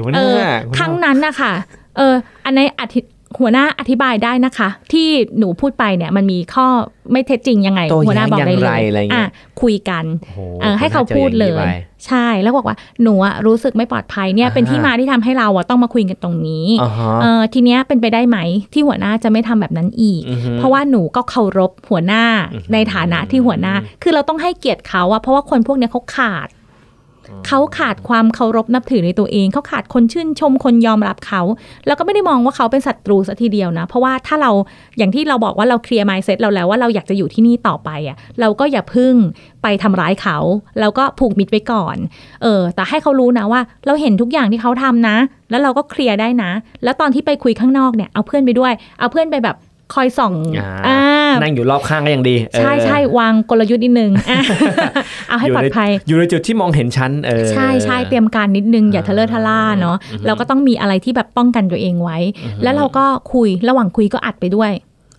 Speaker 4: หัวห
Speaker 3: เอ
Speaker 4: น้า
Speaker 3: อครั้งนั้นนะคะเออ อันในอธิหัวหน้าอธิบายได้นะคะ ที่หนูพูดไปเนี่ยมันมีข้อไม่เท็จจริงยังไง
Speaker 4: โต
Speaker 3: หัวห
Speaker 4: แย้
Speaker 3: น้าง บอก
Speaker 4: อย่าง
Speaker 3: ได้เล
Speaker 4: ไร
Speaker 3: ย
Speaker 4: อะไร
Speaker 3: อ่ะ
Speaker 4: เงี้ย
Speaker 3: คุยกัน
Speaker 4: โอ้โ
Speaker 3: เออให้เขาพูดเลย
Speaker 4: หัวหน้าจออางนี้ไป
Speaker 3: ใช่แล้วบอกว่าหนูอะรู้สึกไม่ปลอดภัยเนี่ยเป็น
Speaker 4: อ่าฮะ
Speaker 3: ที่มาที่ทำให้เราอะต้องมาคุยกันตรงนี้
Speaker 4: อ่าฮะ
Speaker 3: เออทีเนี้ยเป็นไปได้ไหมที่หัวหน้าจะไม่ทำแบบนั้นอีก
Speaker 4: อฮึ
Speaker 3: เพราะว่าหนูก็เคารพหัวหน้า
Speaker 4: อือฮึ
Speaker 3: ในฐานะที่หัวหน้า คือเราต้องให้เกียรติเขาอะเพราะว่าคนพวกเนี้ยเขาขาด เขาขาดความเคารพนับถือในตัวเอง เขาขาดคนชื่นชมคนยอมรับเขา แล้วก็ไม่ได้มองว่าเขาเป็นศัตรูซะทีเดียวนะ เพราะว่าถ้าเราอย่างที่เราบอกว่าเราเคลียร์ mindset เราแล้วว่าเราอยากจะอยู่ที่นี่ต่อไปอะเราก็อย่าพึ่งไปทำร้ายเขาแล้วก็ผูกมิตรไว้ก่อน เออ แต่ให้เขารู้นะว่า เราเห็นทุกอย่างที่เขาทำนะ แล้วเราก็เคลียร์ได้นะ แล้วตอนที่ไปคุยข้างนอกเนี่ยเอาเพื่อนไปด้วย เอาเพื่อนไปแบบคอยส่อง
Speaker 4: อ่า
Speaker 3: อ่า
Speaker 4: นั่งอยู่รอบข้างก็ยังดีเออ
Speaker 3: ใช่ใช่วางกลยุทธ์นิดนึง
Speaker 4: (laughs)
Speaker 3: อ่ะเอาให้ปลอดภัย
Speaker 4: อยู่ในจุดที่มองเห็นชั้นเออ
Speaker 3: ใช่ใช่เตรียมการนิดนึงอย่าทะเลอะทะล่าเนาะ
Speaker 4: อือฮึ
Speaker 3: เราก็ต้องมีอะไรที่แบบป้องกันตัวเองไว้ แล้วเราก็คุยระหว่างคุยก็อัดไปด้วย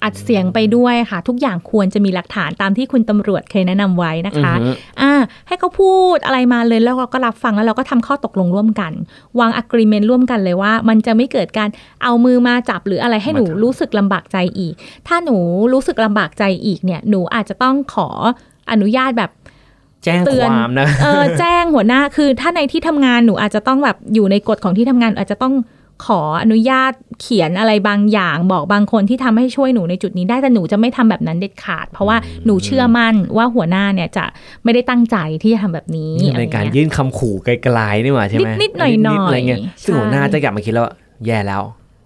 Speaker 3: อัดเสียงไปด้วยค่ะ ทุกอย่างควรจะมีหลักฐานตามที่คุณตำรวจเคยแนะนำไว้นะคะ
Speaker 4: อือฮึ
Speaker 3: อ่าให้เขาพูดอะไรมาเลยแล้วเราก็รับฟังแล้วเราก็ทำข้อตกลงร่วมกัน วางอะกริเมนร่วมกันเลยว่า มันจะไม่เกิดการเอามือมาจับหรืออะไรให้หนูรู้สึกลำบากใจอีก ถ้าหนูรู้สึกลำบากใจอีกเนี่ยหนูอาจจะต้องขออนุญาตแบบ
Speaker 4: แจ้ง
Speaker 3: เตื
Speaker 4: ค
Speaker 3: อน
Speaker 4: วามนะ
Speaker 3: เออแจ้งหัวหน้าคือถ้าในที่ทำงานหนูอาจจะต้องแบบอยู่ในกฎของที่ทำงานอาจจะต้องขออนุญาตเขียนอะไรบางอย่าง บอกบางคนที่ทำให้ช่วยหนูในจุดนี้ได้แต่หนูจะไม่ทำแบบนั้นเด็ดขาด เพราะว่าหนูเชื่อมั่นว่าหัวหน้าเนี่ยจะไม่ได้ตั้งใจที่จะทำแบบนี้
Speaker 4: นี่
Speaker 3: อะไร
Speaker 4: เป็นการ
Speaker 3: เงี้ย
Speaker 4: ยื่นคำขู่ไกลๆนี่หว่าใช่ไหม
Speaker 3: นิดๆหน่อยๆ
Speaker 4: ดๆอะไรเงี้ย
Speaker 3: ใช่
Speaker 4: ซึ่งหัวหน้าจะกลับมาคิดแล้วว่าแย่แล้ว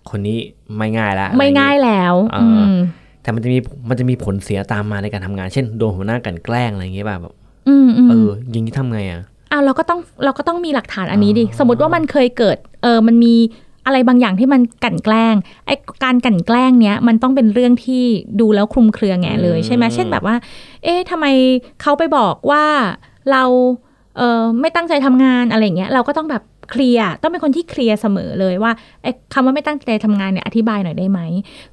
Speaker 4: คนนี้ไม่ง่ายละ
Speaker 3: ไม่ง่าย
Speaker 4: อะรเ
Speaker 3: แล้วอืม
Speaker 4: งี้ยแต่มันจะมีมันจะมีผลเสียตามมาในการทำงาน เช่นโดนหัวหน้ากลันแกล้งอะไรอย่างเงี้ยป่ะแบบ
Speaker 3: อืมอืม
Speaker 4: เอออยิงนี้ทำไงอ่ะ
Speaker 3: อ้าวเราก็ต้องเราก็ต้องมีหลักฐานอันนี้ดิสมมติว่ามันเคยเกิดเออมันมีอะไรบางอย่างที่มันกลันแกล้งไอ้การกลันแกล้งเนี้ยมันต้องเป็นเรื่องที่ดูแล้วคลุมเครือแง่เลย
Speaker 4: อืม
Speaker 3: ใช่ไหมเช่นแบบว่า เอ๊ะทำไมเขาไปบอกว่าเราเออไม่ตั้งใจทำงานอะไรอย่างเงี้ยเราก็ต้องแบบเคลียร์ต้องเป็นคนที่เคลียร์เสมอเลยว่าไอ้คำว่าไม่ตั้งใจทำงานเนี่ยอธิบายหน่อยได้ไหม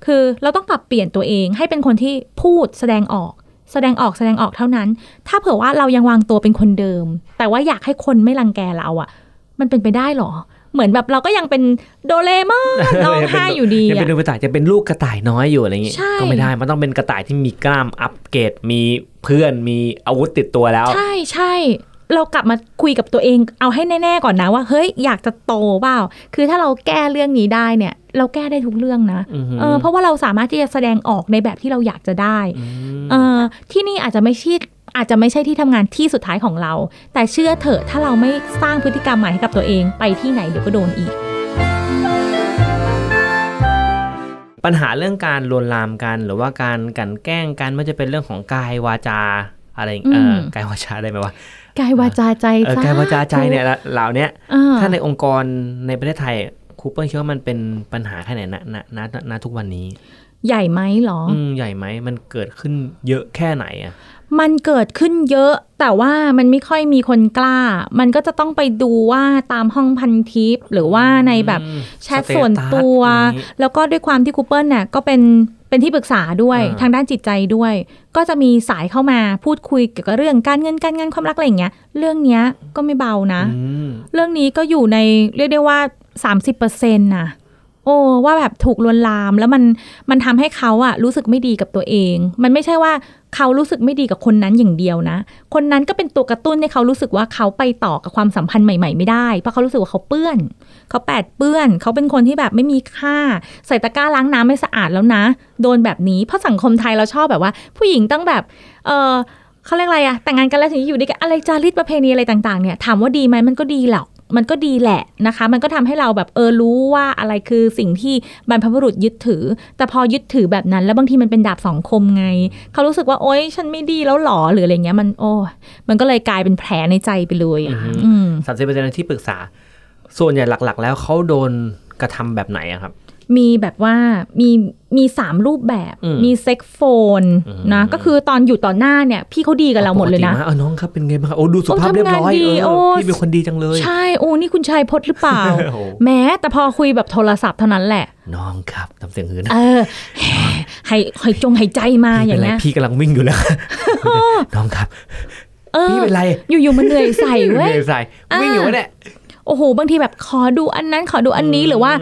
Speaker 3: คือเราต้องปรับเปลี่ยนตัวเองให้เป็นคนที่พูดแสดงออก แสดงออกแสดงออกเท่านั้น ถ้าเผื่อว่าเรายังวางตัวเป็นคนเดิม แต่ว่าอยากให้คนไม่รังแกเราอะมันเป็นไปได้เหรอ เหมือนแบบเราก็ยังเป็นโดเรมอน
Speaker 4: (laughs)
Speaker 3: ร้องไห้อยู่ดี
Speaker 4: ยังเป็น
Speaker 3: อะ
Speaker 4: ดูกระต่ายจะเป็นลูกกระต่ายน้อยอยู่อะไรอย่างงี้
Speaker 3: ใช่
Speaker 4: ก็ไม่ได้มันต้องเป็นกระต่ายที่มีกล้ามอัปเกรดมีเพื่อนมีอาวุธติดตัวแล้ว
Speaker 3: ใช่ใช่ เรากลับมาคุยกับตัวเองเอาให้แน่ๆก่อนนะว่า เฮ้ยอยากจะโตเปล่า คือถ้าเราแก้เรื่องนี้ได้เนี่ย เราแก้ได้ทุกเรื่องนะ
Speaker 4: อือหือ
Speaker 3: เออเพราะว่าเราสามารถที่จะแสดงออกในแบบที่เราอยากจะได้ เออที่นี่อาจจะไม่ใช่ อาจจะไม่ใช่ที่ทำงานที่สุดท้ายของเรา แต่เชื่อเถอะถ้าเราไม่สร้างพฤติกรรมใหม่ให้กับตัวเองไปที่ไหนเดี๋ยวก็โดนอีก
Speaker 4: ปัญหาเรื่องการลวนลามกัน หรือว่าการกลันแกล้งกันไม่ว่าจะเป็นเรื่องของกายวาจาอะไรอย่างเออ
Speaker 3: ม
Speaker 4: กายวาจาได้ไหมวะ
Speaker 3: กายวาจาใจ
Speaker 4: เออ
Speaker 3: จ้
Speaker 4: กายวาจาใจเนี่ยละเหล่าเนี้ย
Speaker 3: อ่
Speaker 4: ถ้าในองค์กรในประเทศไทยครูเปิ้ลคิดว่ามันเป็นปัญหาแค่ไหนณณณณทุกวันนี้
Speaker 3: ใหญ่ไหมเหรอ
Speaker 4: อืมใหญ่ไหมมันเกิดขึ้นเยอะแค่ไหนอ่ะ
Speaker 3: มันเกิดขึ้นเยอะ แต่ว่ามันไม่ค่อยมีคนกล้า มันก็จะต้องไปดูว่าตามห้องพันทิป หรือว่าในแบบ
Speaker 4: อืม
Speaker 3: แชทส่วนตัว
Speaker 4: สเตตัสนี้
Speaker 3: แล้วก็ด้วยความที่คูเปิลน่ะก็เป็นเป็นที่ปรึกษาด้วย
Speaker 4: อ่า
Speaker 3: ทางด้านจิตใจด้วย ก็จะมีสายเข้ามาพูดคุยเกี่ยวกับเรื่องการเงินการงานความรักอะไรอย่างเงี้ย เรื่องเนี้ยก็ไม่เบานะ
Speaker 4: อืม
Speaker 3: เรื่องนี้ก็อยู่ในเรียกได้ว่า 30%นะโอ้ว่าแบบถูกลวนลามแล้วมันมันทำให้เขาอะรู้สึกไม่ดีกับตัวเอง มันไม่ใช่ว่าเขารู้สึกไม่ดีกับคนนั้นอย่างเดียวนะ คนนั้นก็เป็นตัวกระตุ้นให้เขารู้สึกว่าเขาไปต่อกับความสัมพันธ์ใหม่ ๆ ไม่ได้เพราะเขารู้สึกว่าเขาเปื้อน เขาแปดเปื้อน เขาเป็นคนที่แบบไม่มีค่า ใส่ตะกร้าล้างน้ำไม่สะอาดแล้วนะ โดนแบบนี้เพราะสังคมไทยเราชอบแบบว่า ผู้หญิงต้องแบบเออ เขาเรียกอะไรอะแต่งงานกันแล้วถึงจะอยู่ด้วยกันอะไรจารีตประเพณีอะไรต่างๆเนี่ยถามว่าดีไหมมันก็ดีหรอกมันก็ดีแหละนะคะ มันก็ทำให้เราแบบเออรู้ว่าอะไรคือสิ่งที่บรรพบุรุษยึดถือ แต่พอยึดถือแบบนั้น แล้วบางทีมันเป็นดาบสองคมไง เขารู้สึกว่าโอ๊ยฉันไม่ดีแล้วหรอหรืออะไรเงี้ยมันโอ้ยมันก็เลยกลายเป็นแผลในใจไปเลยอะอืม
Speaker 4: สามสิบเปอร์เซ็นต์ที่ปรึกษา ส่วนใหญ่หลัก ๆ แล้วเขาโดนกระทำแบบไหนอะครับ
Speaker 3: มีแบบว่ามีมีสามรูปแบบ
Speaker 4: อืม
Speaker 3: มีเซ็กโฟน
Speaker 4: อืม
Speaker 3: นะก็คือตอนอยู่ต่อหน้าเนี่ยพี่เขาดีกับเราหมดเลย
Speaker 4: ปก
Speaker 3: นะ
Speaker 4: ติเออน้องครับเป็นไงบ้างครับโอ้ดูสุภาพ
Speaker 3: โอ้
Speaker 4: เรียบร้อย
Speaker 3: ทำงานดี
Speaker 4: เอ
Speaker 3: โอ้
Speaker 4: อพี่เป็นคนดีจังเลย
Speaker 3: ใช่โอ้นี่คุณชายพจน์หรือเปล่า
Speaker 4: โอ้โห
Speaker 3: แม้แต่พอคุยแบบโทรศัพท์เท่านั้นแหละ
Speaker 4: น้องครับทำเสียงอื่นนะ
Speaker 3: เออหายหายจงหายใจมา
Speaker 4: พี่
Speaker 3: อ
Speaker 4: เป็น
Speaker 3: ย่าง
Speaker 4: ไร
Speaker 3: เงี้ย
Speaker 4: พี่กำลังวิ่ง
Speaker 3: (laughs)
Speaker 4: อยู่แล้ว น้องครับ
Speaker 3: เออ
Speaker 4: พี่เป็นไร
Speaker 3: อยู่ๆมันเหนื่อยใส่เว้ย
Speaker 4: ไม่ใส่
Speaker 3: อ่า
Speaker 4: วิ่งอยู่วะเนี่ย
Speaker 3: โอ้โหบางทีแบบขอดูอันนั้นขอดูอันนี้
Speaker 4: อืม
Speaker 3: หรือว่า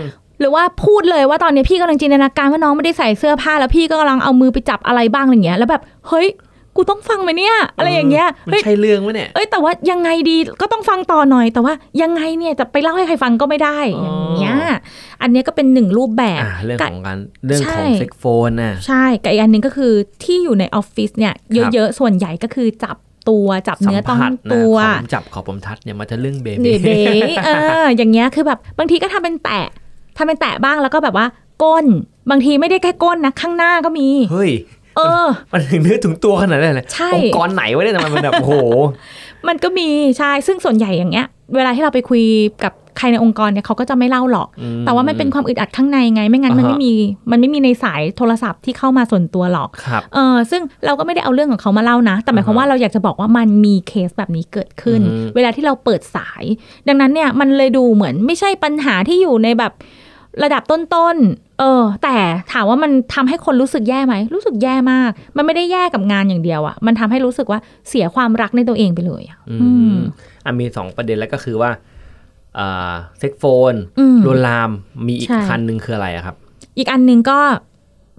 Speaker 3: หรือว่าพูดเลยว่าตอนนี้พี่กำลังจินตนาการว่าน้องไม่ได้ใส่เสื้อผ้าแล้วพี่ก็กำลังเอามือไปจับอะไรบ้างอย่างเงี้ยแล้วแบบเฮ้ยกูต้องฟังไหมเนี่ย อะไรอย่างเงี้ย
Speaker 4: มัน
Speaker 3: เฮ้ย
Speaker 4: ใช่เรื่องวะเนี่ย
Speaker 3: เอ้ยแต่ว่ายังไงดีก็ต้องฟังต่อหน่อย แต่ว่ายังไงเนี่ยจะไปเล่าให้ใครฟังก็ไม่ได้
Speaker 4: อ๋อ
Speaker 3: อ
Speaker 4: อ
Speaker 3: ย่างเงี้ยอันเนี้ยก็เป็นหนึ่งรูปแบบ
Speaker 4: อ่าเรื่องของการเรื่องของ
Speaker 3: ใช่
Speaker 4: เซ็กโฟนน่ะ
Speaker 3: ใช่กับอีกอันหนึ่งก็คือที่อยู่ในออฟฟิศเนี่
Speaker 4: ค
Speaker 3: ย
Speaker 4: รับ
Speaker 3: เยอะๆ ส่วนใหญ่ก็คือจับตัวจับ
Speaker 4: สัม
Speaker 3: เนื้อต้อง
Speaker 4: ผัสนะ
Speaker 3: ตัว
Speaker 4: ขอผมจับขอผมทัดเนี่ยมันจะเรื่องเบ
Speaker 3: เด
Speaker 4: บี
Speaker 3: เดเออ อย่างเงี้ยคือแบบบางทีก็ทำเป็นแตะทำเป็นแตะบ้างแล้วก็แบบว่า ก้น บางทีไม่ได้แค่ก้นนะ ข้างหน้าก็มี
Speaker 4: เฮ้ย
Speaker 3: เออ
Speaker 4: มันถึงเนื้อถึงตัวขนาดนั้นเลย
Speaker 3: ใช่
Speaker 4: องค์กรไหนวะเนี่ยทำไมมันแบบ โอ้โห
Speaker 3: มันก็มีใช่ซึ่งส่วนใหญ่อย่างเงี้ย เวลาที่เราไปคุยกับใครในองค์กรเนี่ยเขาก็จะไม่เล่าหรอก
Speaker 4: อืม
Speaker 3: แต่ว่ามันเป็นความอึดอัดข้างในไง ไม่งั้นมัน
Speaker 4: อ่าฮะ
Speaker 3: ไม่มีมันไม่มีในสายโทรศัพท์ที่เข้ามาส่วนตัวหรอก
Speaker 4: ครับ
Speaker 3: เออซึ่งเราก็ไม่ได้เอาเรื่องของเขามาเล่านะ แต่หมายความว่าเราอยากจะบอกว่ามันมีเคสแบบนี้เกิดขึ้น
Speaker 4: อืม
Speaker 3: เวลาที่เราเปิดสาย ดังนั้นเนี่ยมันเลยดูเหมือนไม่ใช่ปัญหาที่อยู่ในแบบระดับต้นๆเออ แต่ถามว่ามันทำให้คนรู้สึกแย่ไหมรู้สึกแย่มาก มันไม่ได้แย่กับงานอย่างเดียวอะมันทำให้รู้สึกว่าเสียความรักในตัวเองไปเลยอะ
Speaker 4: อื
Speaker 3: อื
Speaker 4: ม
Speaker 3: ม
Speaker 4: อ่ะมีสองประเด็นแล้วก็คือว่าอ่าเซ็กโฟน
Speaker 3: อืม
Speaker 4: ลวนลามมีอีก
Speaker 3: ใช่
Speaker 4: คันหนึ่งคืออะไรอะครับ
Speaker 3: อีกอันหนึงก็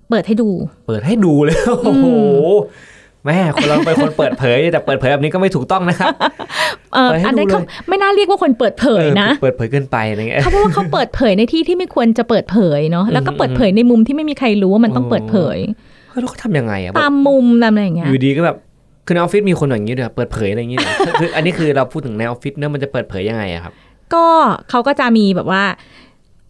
Speaker 3: เปิดให้ดู
Speaker 4: เปิดให้ดูเลย โอ้โห แม่คนเราเป็นคนเปิดเผย แต่เปิดเผยแบบนี้ก็ไม่ถูกต้องนะครับ
Speaker 3: เออ
Speaker 4: เปิดให้
Speaker 3: อันนั้น
Speaker 4: ดู
Speaker 3: เขา
Speaker 4: เลย
Speaker 3: ไม่น่าเรียกว่าคนเปิดเผยนะ
Speaker 4: เออเปิดเผยเกินไปอะไรเงี้ย
Speaker 3: เขาพูดว่าเขาเปิดเผยในที่ที่ไม่ควรจะเปิดเผยเนาะแล้วก็
Speaker 4: อืม
Speaker 3: เปิดเผยในมุมที่ไม่มีใครรู้ว่ามันต้อง
Speaker 4: โอ้
Speaker 3: เปิดเผย
Speaker 4: เฮ้ยแล้วเขาทำยังไงอะแบบ
Speaker 3: ตามมุมตามอะไรอย่างเงี้
Speaker 4: อยยู่ดีก็แบบคือในออฟฟิศมีคนอย่างนี้เด้วยเหรอเปิดเผยอะไรอย่างนี้เด้วยเหรอ คืออันนี้คือเราพูดถึงในออฟฟิศเนอะมันจะเปิดเผยยังไงอะครับ
Speaker 3: ก็เขาก็จะมีแบบว่า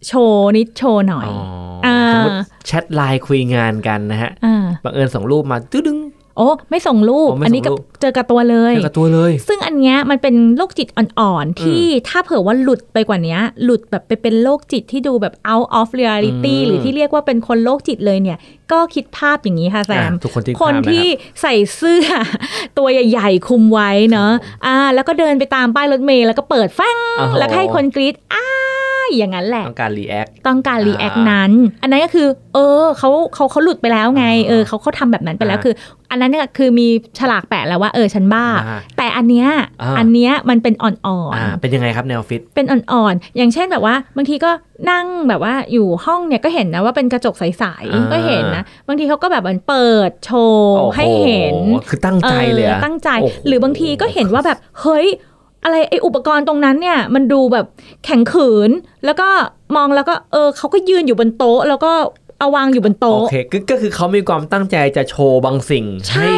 Speaker 3: โชว์นิดโชว์หน่อย
Speaker 4: อ๋ออา สมมติแชทไลน์คุยงานกันนะฮะ
Speaker 3: อ่า
Speaker 4: บังเอิญส่งรูปมาตึ้ดึง
Speaker 3: โอ้ไม่ส่งรูป
Speaker 4: โอ้ไม่ส่งรูป
Speaker 3: อันนี้ก็เจอกับตัวเลย
Speaker 4: เจอกับตัวเลย
Speaker 3: ซึ่งอันเนี้ยมันเป็นโรคจิตอ่อนๆ ที่ถ้าเผื่อว่าหลุดไปกว่าเนี้ย หลุดแบบไปเป็นโรคจิตที่ดูแบบ out of reality
Speaker 4: อืม
Speaker 3: หรือที่เรียกว่าเป็นคนโรคจิตเลยเนี่ย ก็คิดภาพอย่างนี้ค่ะแซม
Speaker 4: อ่ะทุกคนที่
Speaker 3: คนที่ใส่เสื้อ ตัวใหญ่ๆ คุมไว้เนอะอ่า แล้วก็เดินไปตามป้ายรถเมล์แล้วก็เปิดฟัง
Speaker 4: ข้ามนะรับ
Speaker 3: แล้วก็ให้คนกรี๊ดอ้ายอย่างนั้นแหละ
Speaker 4: ต้องการรีแอค
Speaker 3: ต้องการรีแอคนั้น อันนั้นก็คือ เออเขาเขาเขาหลุดไปแล้วไง เออเขาเขาทำแบบนั้นไปแล้ว
Speaker 4: อ่า
Speaker 3: คือ อันนั้นเนี่ยคือมีฉลากแปะแล้วว่าเออฉันบ้า
Speaker 4: อ่า
Speaker 3: แต่อันเนี้ย
Speaker 4: อ่า
Speaker 3: อันเนี้ยมันเป็นอ่อน
Speaker 4: อ่า
Speaker 3: ๆ
Speaker 4: เป็นยังไงครับในออฟฟิศ
Speaker 3: เป็นอ่อนๆ อย่างเช่นแบบว่าบางทีก็นั่งแบบว่าอยู่ห้องเนี่ยก็เห็นนะว่าเป็นกระจกใส
Speaker 4: อ่า
Speaker 3: ๆก็เห็นนะ บางทีเขาก็แบบเหมือนเปิดโชว์
Speaker 4: โอ้โ
Speaker 3: ให้เห็น
Speaker 4: คือตั้งใจเลยอะ
Speaker 3: ออตั้งใจ
Speaker 4: โโ
Speaker 3: หรือบางทีก็เห็นว่าแบบเฮ้ยอะไรไออุปกรณ์ตรงนั้นเนี่ยมันดูแบบแข็งขืน แล้วก็มองแล้วก็เออเขาก็ยืนอยู่บนโต๊ะ แล้วก็ เอาวางอยู่บน
Speaker 4: โอ
Speaker 3: โต๊ะ
Speaker 4: เคก็ก็คือเขามีความตั้งใจจะโชว์บางสิ่ง
Speaker 3: ใช่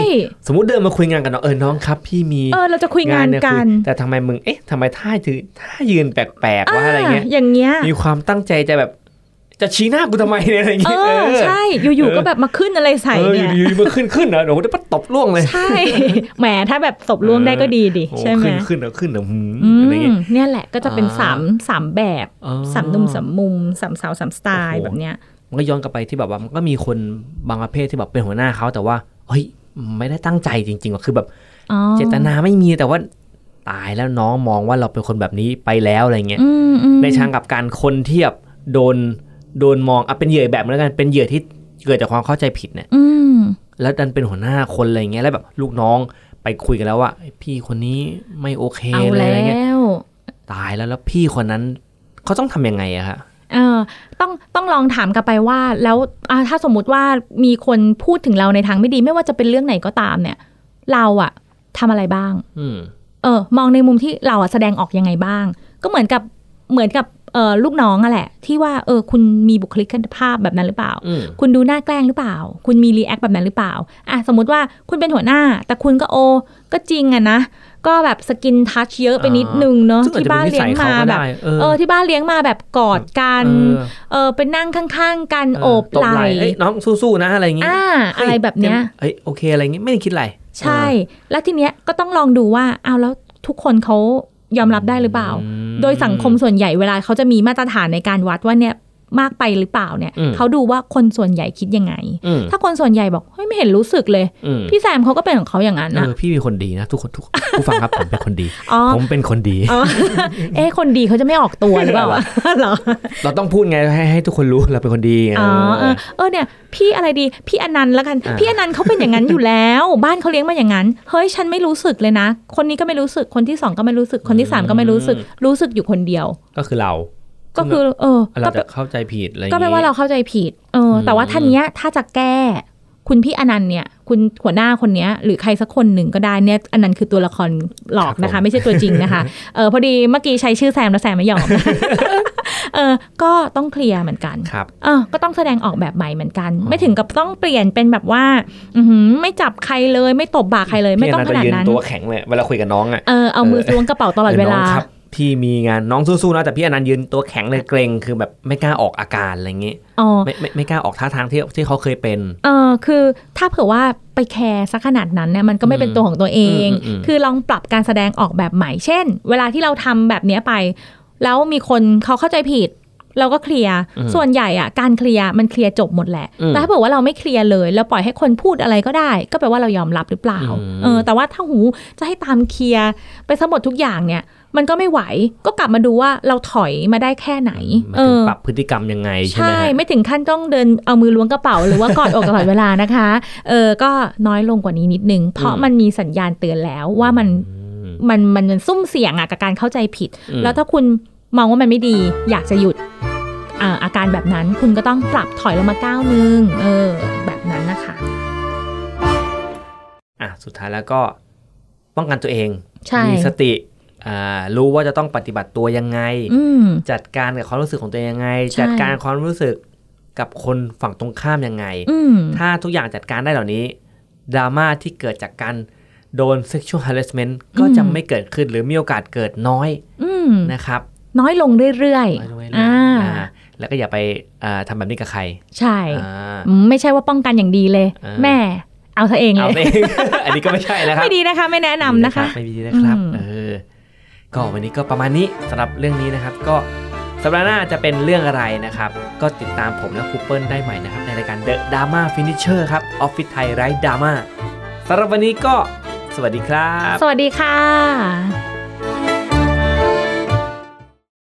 Speaker 4: สมมุติเดินมาคุยงานกันเนาะเออน้องครับ พี่มี
Speaker 3: เออเราจะคุยงาน
Speaker 4: เย
Speaker 3: กัน
Speaker 4: คุยแต่ทำไมมึงเอ๊ะทำไมท่าถือท่ายืนแปลกๆว่าอะไรเงี้ย
Speaker 3: อย่างเงี้ย
Speaker 4: มีความตั้งใจจะแบบ จะชี้หน้ากูทำไมเนี่ยอะไรอย่าง
Speaker 3: เอ
Speaker 4: เงี้ย
Speaker 3: อใช่อยู่ๆก็แบบมาขึ้นอะไรใส่
Speaker 4: เออ
Speaker 3: เนี่ย
Speaker 4: อยู่ดีๆมาขึ้นขึ้นเหรอเดี๋ยวกูจะปัดตบล่วงเลย
Speaker 3: ใช่ แหมถ้าแบบตบล่วงได้ก็ดีดิ
Speaker 4: โอ้
Speaker 3: ใช่ไหม
Speaker 4: ขึ้นขึ้นเหรอขึ้นเหรอหืม
Speaker 3: อื
Speaker 4: อะไรอย่างเงี้
Speaker 3: ม
Speaker 4: ย
Speaker 3: เนี่ยแหละก็จะเป็น
Speaker 4: อ่า
Speaker 3: สามสามแบบ
Speaker 4: อ๋อ
Speaker 3: สามหนุ่มสามมุมสามสาวสามสไตล์
Speaker 4: โอ้โห
Speaker 3: แบบเนี้ย
Speaker 4: มันก็ย้อนกลับไปที่แบบว่ามันก็มีคนบางประเภทที่แบบเป็นหัวหน้าเขาแต่ว่าเฮ้ยไม่ได้ตั้งใจจริงๆว่ะคือแบบ
Speaker 3: อ๋อ
Speaker 4: เจตนาไม่มีแต่ว่าตายแล้วน้องมองว่าเราเป็นคนแบบนี้ไปแล้วอะไรเงี้ย
Speaker 3: อืมอืม
Speaker 4: ในทางกลับการคนเทียบโดนโดนมองอ่ะเป็นเหยื่ออีกแบบนึงแล้วกันเป็นเหยื่อที่เกิดจากความเข้าใจผิดเนี่ย
Speaker 3: อืม
Speaker 4: แล้วดันเป็นหัวหน้าคนอะไรเงี้ยแล้วแบบลูกน้องไปคุยกันแล้วว่าเอ้ยพี่คนนี้ไม่โอเค
Speaker 3: เอา
Speaker 4: เลย
Speaker 3: แล
Speaker 4: อะไรเงี้ย้
Speaker 3: ว
Speaker 4: ตายแล้วแล้วพี่คนนั้นเขาต้องทำยังไงอะฮะ
Speaker 3: เออต้องต้องลองถามกลับไปว่าแล้วอ่ะถ้าสมมุติว่ามีคนพูดถึงเราในทางไม่ดี ไม่ว่าจะเป็นเรื่องไหนก็ตามเนี่ย เราอะทำอะไรบ้าง
Speaker 4: อืม
Speaker 3: เออมองในมุมที่เราอะแสดงออกยังไงบ้าง ก็เหมือนกับเหมือนกับเออลูกน้องอะแหละ ที่ว่าเออคุณมีบุคลิกภาพแบบนั้นหรือเปล่า
Speaker 4: อืม
Speaker 3: คุณดูหน้าแกล้งหรือเปล่า คุณมีรีแอคแบบนั้นหรือเปล่าอ่ะสมมุติว่าคุณเป็นหัวหน้า แต่คุณก็โอ ก็จริงอะนะ ก็แบบสกินทัชเยอะไปนิดนึงเนาะ
Speaker 4: ซึ่งอาจ
Speaker 3: ที่
Speaker 4: จะเป็
Speaker 3: บ้าน น
Speaker 4: นิสั
Speaker 3: เลี้ยง
Speaker 4: ยเขา
Speaker 3: มา
Speaker 4: ก็
Speaker 3: แบบ
Speaker 4: ได้เออ
Speaker 3: เออที่บ้านเลี้ยงมาแบบกอดกัน เออไปนั่งข้างๆกัน
Speaker 4: เ
Speaker 3: โอบ
Speaker 4: ตบ
Speaker 3: ไหล่
Speaker 4: เอ้ยน้องสู้ๆนะอะไรอย่างงี้
Speaker 3: อ่าอะไรแบบเนี้ย
Speaker 4: เฮ้ยโอเคอะไรอย่างงี้ไม่ได้คิดอะไร
Speaker 3: ใช่ แล้วทีเนี้ยก็ต้องลองดูว่าเอาวแล้วทุกคนเขายอมรับได้หรือเปล่า
Speaker 4: อื
Speaker 3: โดยสังคมส่วนใหญ่เวลาเขาจะมีมาตรฐานในการวัดว่าเนี่ยมากไปหรือเปล่าเนี่ย
Speaker 4: อืม
Speaker 3: เขาดูว่าคนส่วนใหญ่คิดยังไง
Speaker 4: อืม
Speaker 3: ถ้าคนส่วนใหญ่บอกเฮ้ยไม่เห็นรู้สึกเลย
Speaker 4: อืม
Speaker 3: พี่แซมเขาก็เป็นของเขาอย่างนั้น
Speaker 4: เอ
Speaker 3: นะ
Speaker 4: อพี่เป็นคนดีนะทุกคนทุกผู้ฟัง
Speaker 3: (laughs)
Speaker 4: ครับผมเป็นคนดี
Speaker 3: อ๋อ
Speaker 4: ผมเป็นคนดี
Speaker 3: อ๋อเอ๊ะคนดีเขาจะไม่ออกตัวหรือเปล่าวะเหรอ
Speaker 4: เราต้องพูดไงให้ให้ทุกคนรู้เราเป็นคนดี
Speaker 3: อ๋อเอ
Speaker 4: เอ
Speaker 3: อ
Speaker 4: อ
Speaker 3: เออเนี่ย พี่อะไรดีพี่อนันต์ละกัน
Speaker 4: อ่า
Speaker 3: พี่อนันต์เขาเป็นอย่างนั้นอยู่แล้ว
Speaker 4: (laughs)
Speaker 3: บ้านเขาเลี้ยงมาอย่างนั้น เฮ้ยฉันไม่รู้สึกเลยนะ คนนี้ก็ไม่รู้สึกคนที่สองก็ไม่รู้สึกคนที่สามก็ไม่รู้สึกรู้สึกอยู่คนเดียว
Speaker 4: ก็คือเรา
Speaker 3: ก็คือเออ
Speaker 4: เรา
Speaker 3: ก็แปล
Speaker 4: จะเข้าใจผิดอะไรอย่ง
Speaker 3: ก็
Speaker 4: งี้
Speaker 3: แปลว่าเราเข้าใจผิดเอออ
Speaker 4: ม
Speaker 3: แต่ว่าท่านเนี้ยถ้าจะแก้ คุณพี่อนันต์เนี่ย คุณหัวหน้าคนเนี้ย หรือใครสักคนหนึ่งก็ได้เนี่ยอันนั้นต์คือตัวละครหลอกนะคะ ไม่ใช่ตัวจริง
Speaker 4: (laughs)
Speaker 3: นะคะเออพอดีเมื่อกี้ใช้ชื่อแซมแล้วแซมไม่ยอ (laughs) ม เออก็ต้องเคลียร์เหมือนกัน
Speaker 4: ครับ
Speaker 3: เออก็ต้องแสดงออกแบบใหม่เหมือนกัน
Speaker 4: อ๋อ
Speaker 3: ไม่ถึงกับต้องเปลี่ยนเป็นแบบว่า อือหือไม่จับใครเลยไม่ตบบ่าใครเลย ไม่ต้องขนาด
Speaker 4: พี่
Speaker 3: นั้
Speaker 4: ต์
Speaker 3: น
Speaker 4: จะยืตัวแข็งเลยเวลาคุยกับน้องอ่ะ
Speaker 3: เออเอามือล้วงกระเป๋าตลอดเว
Speaker 4: น้
Speaker 3: ลาง
Speaker 4: ครับพี่มีงานน้องสู้ๆนะแต่พี่อนันต์ยืนตัวแข็งเลยเกรงคือแบบไม่กล้าออกอาการอะไรอย่างงี้
Speaker 3: อ๋อ
Speaker 4: ไม่ไม่ไม่กล้าออกท่าทางที่ที่เขาเคยเป็น
Speaker 3: เออคือถ้าเผื่อว่าไปแคร์สักขนาดนั้นเนี่ยมันก็ไม่เป็นตัวของตัวเอง
Speaker 4: อืมอืมอืม
Speaker 3: คือลองปรับการแสดงออกแบบใหม่ เช่น เวลาที่เราทำแบบเนี้ยไป แล้วมีคนเขาเข้าใจผิด เราก็เคลียร์ส่วนใหญ่อะการเคลียร์มันเคลียร์จบหมดแหละ แต่ถ้าบอกว่าเราไม่เคลียร์เลยแล้วปล่อยให้คนพูดอะไรก็ได้ ก็แปลว่าเรายอมรับหรือเปล่า
Speaker 4: อืม
Speaker 3: เออ แต่ว่าถ้าหูจะให้ตามเคลียร์ไปสมหมดทุกอย่างเนี่ย มันก็ไม่ไหวก็กลับมาดูว่าเราถอยมาได้แค่ไหน
Speaker 4: มัน
Speaker 3: เอ
Speaker 4: ถึง
Speaker 3: อ
Speaker 4: ปรับพฤติกรรมยังไงใช่ไหม
Speaker 3: ใช่
Speaker 4: ฮะ
Speaker 3: ไม่ถึงขั้นต้องเดินเอามือล้วงกระเป๋าหรือว่ากอดอกตลอดเวลานะคะ เออก็น้อยลงกว่านี้นิดนึง เพราะมันมีสัญญาณเตือนแล้วว่ามัน
Speaker 4: อืม
Speaker 3: มันมันมันซุ่มเสี่ยงอะกับการเข้าใจผิด
Speaker 4: อืม
Speaker 3: แล้วถ้าคุณมองว่ามันไม่ดี อยากจะหยุดอ่าอาการแบบนั้นคุณก็ต้องปรับถอยลงมาก้าวนึงเออแบบนั้นนะคะ
Speaker 4: อ่ะสุดท้ายแล้วก็ป้องกันตัวเอง
Speaker 3: ใช่
Speaker 4: มีสติอ่ารู้ว่าจะต้องปฏิบัติตัวยังไง
Speaker 3: อืม
Speaker 4: จัดการกับความรู้สึกของตัวเองยังไง
Speaker 3: ใช่
Speaker 4: จัดการความรู้สึกกับคนฝั่งตรงข้ามยังไง
Speaker 3: อืม
Speaker 4: ถ้าทุกอย่างจัดการได้เหล่านี้ดราม่าที่เกิดจากการโดน sexual harassment ก็จะ
Speaker 3: อืม
Speaker 4: ไม่เกิดขึ้นหรือมีโอกาสเกิดน้อย
Speaker 3: อืม
Speaker 4: นะครับ
Speaker 3: น้อยลงเรื่อย
Speaker 4: น้อยลงเรื่อย
Speaker 3: ๆ
Speaker 4: ๆ
Speaker 3: อ่า
Speaker 4: อ่าแล้วก็อย่าไปอ่าทำแบบนี้กับใคร
Speaker 3: ใช่
Speaker 4: อ่า
Speaker 3: อืมไม่ใช่ว่าป้องกันอย่างดีเลย
Speaker 4: เออ
Speaker 3: แม่ เอาซะเองเล
Speaker 4: เอา
Speaker 3: ย
Speaker 4: เอง (laughs) อันนี้ก็ไม่ใช่นะครับ
Speaker 3: ไม่ดีนะคะ ไม่แนะนำนะคะ
Speaker 4: ไม่ดีนะครับ
Speaker 3: อืม
Speaker 4: เออก็วันนี้ก็ประมาณนี้สำหรับเรื่องนี้นะครับ ก็สัปดาห์หน้าจะเป็นเรื่องอะไรนะครับ ก็ติดตามผมและคูเปิลได้ใหม่นะครับ ในรายการ The Drama Finisher ครับออฟฟิศไทยไร้ดราม่าสำหรับวันนี้ก็สวัสดีครับ
Speaker 3: สวัสดีค่ะ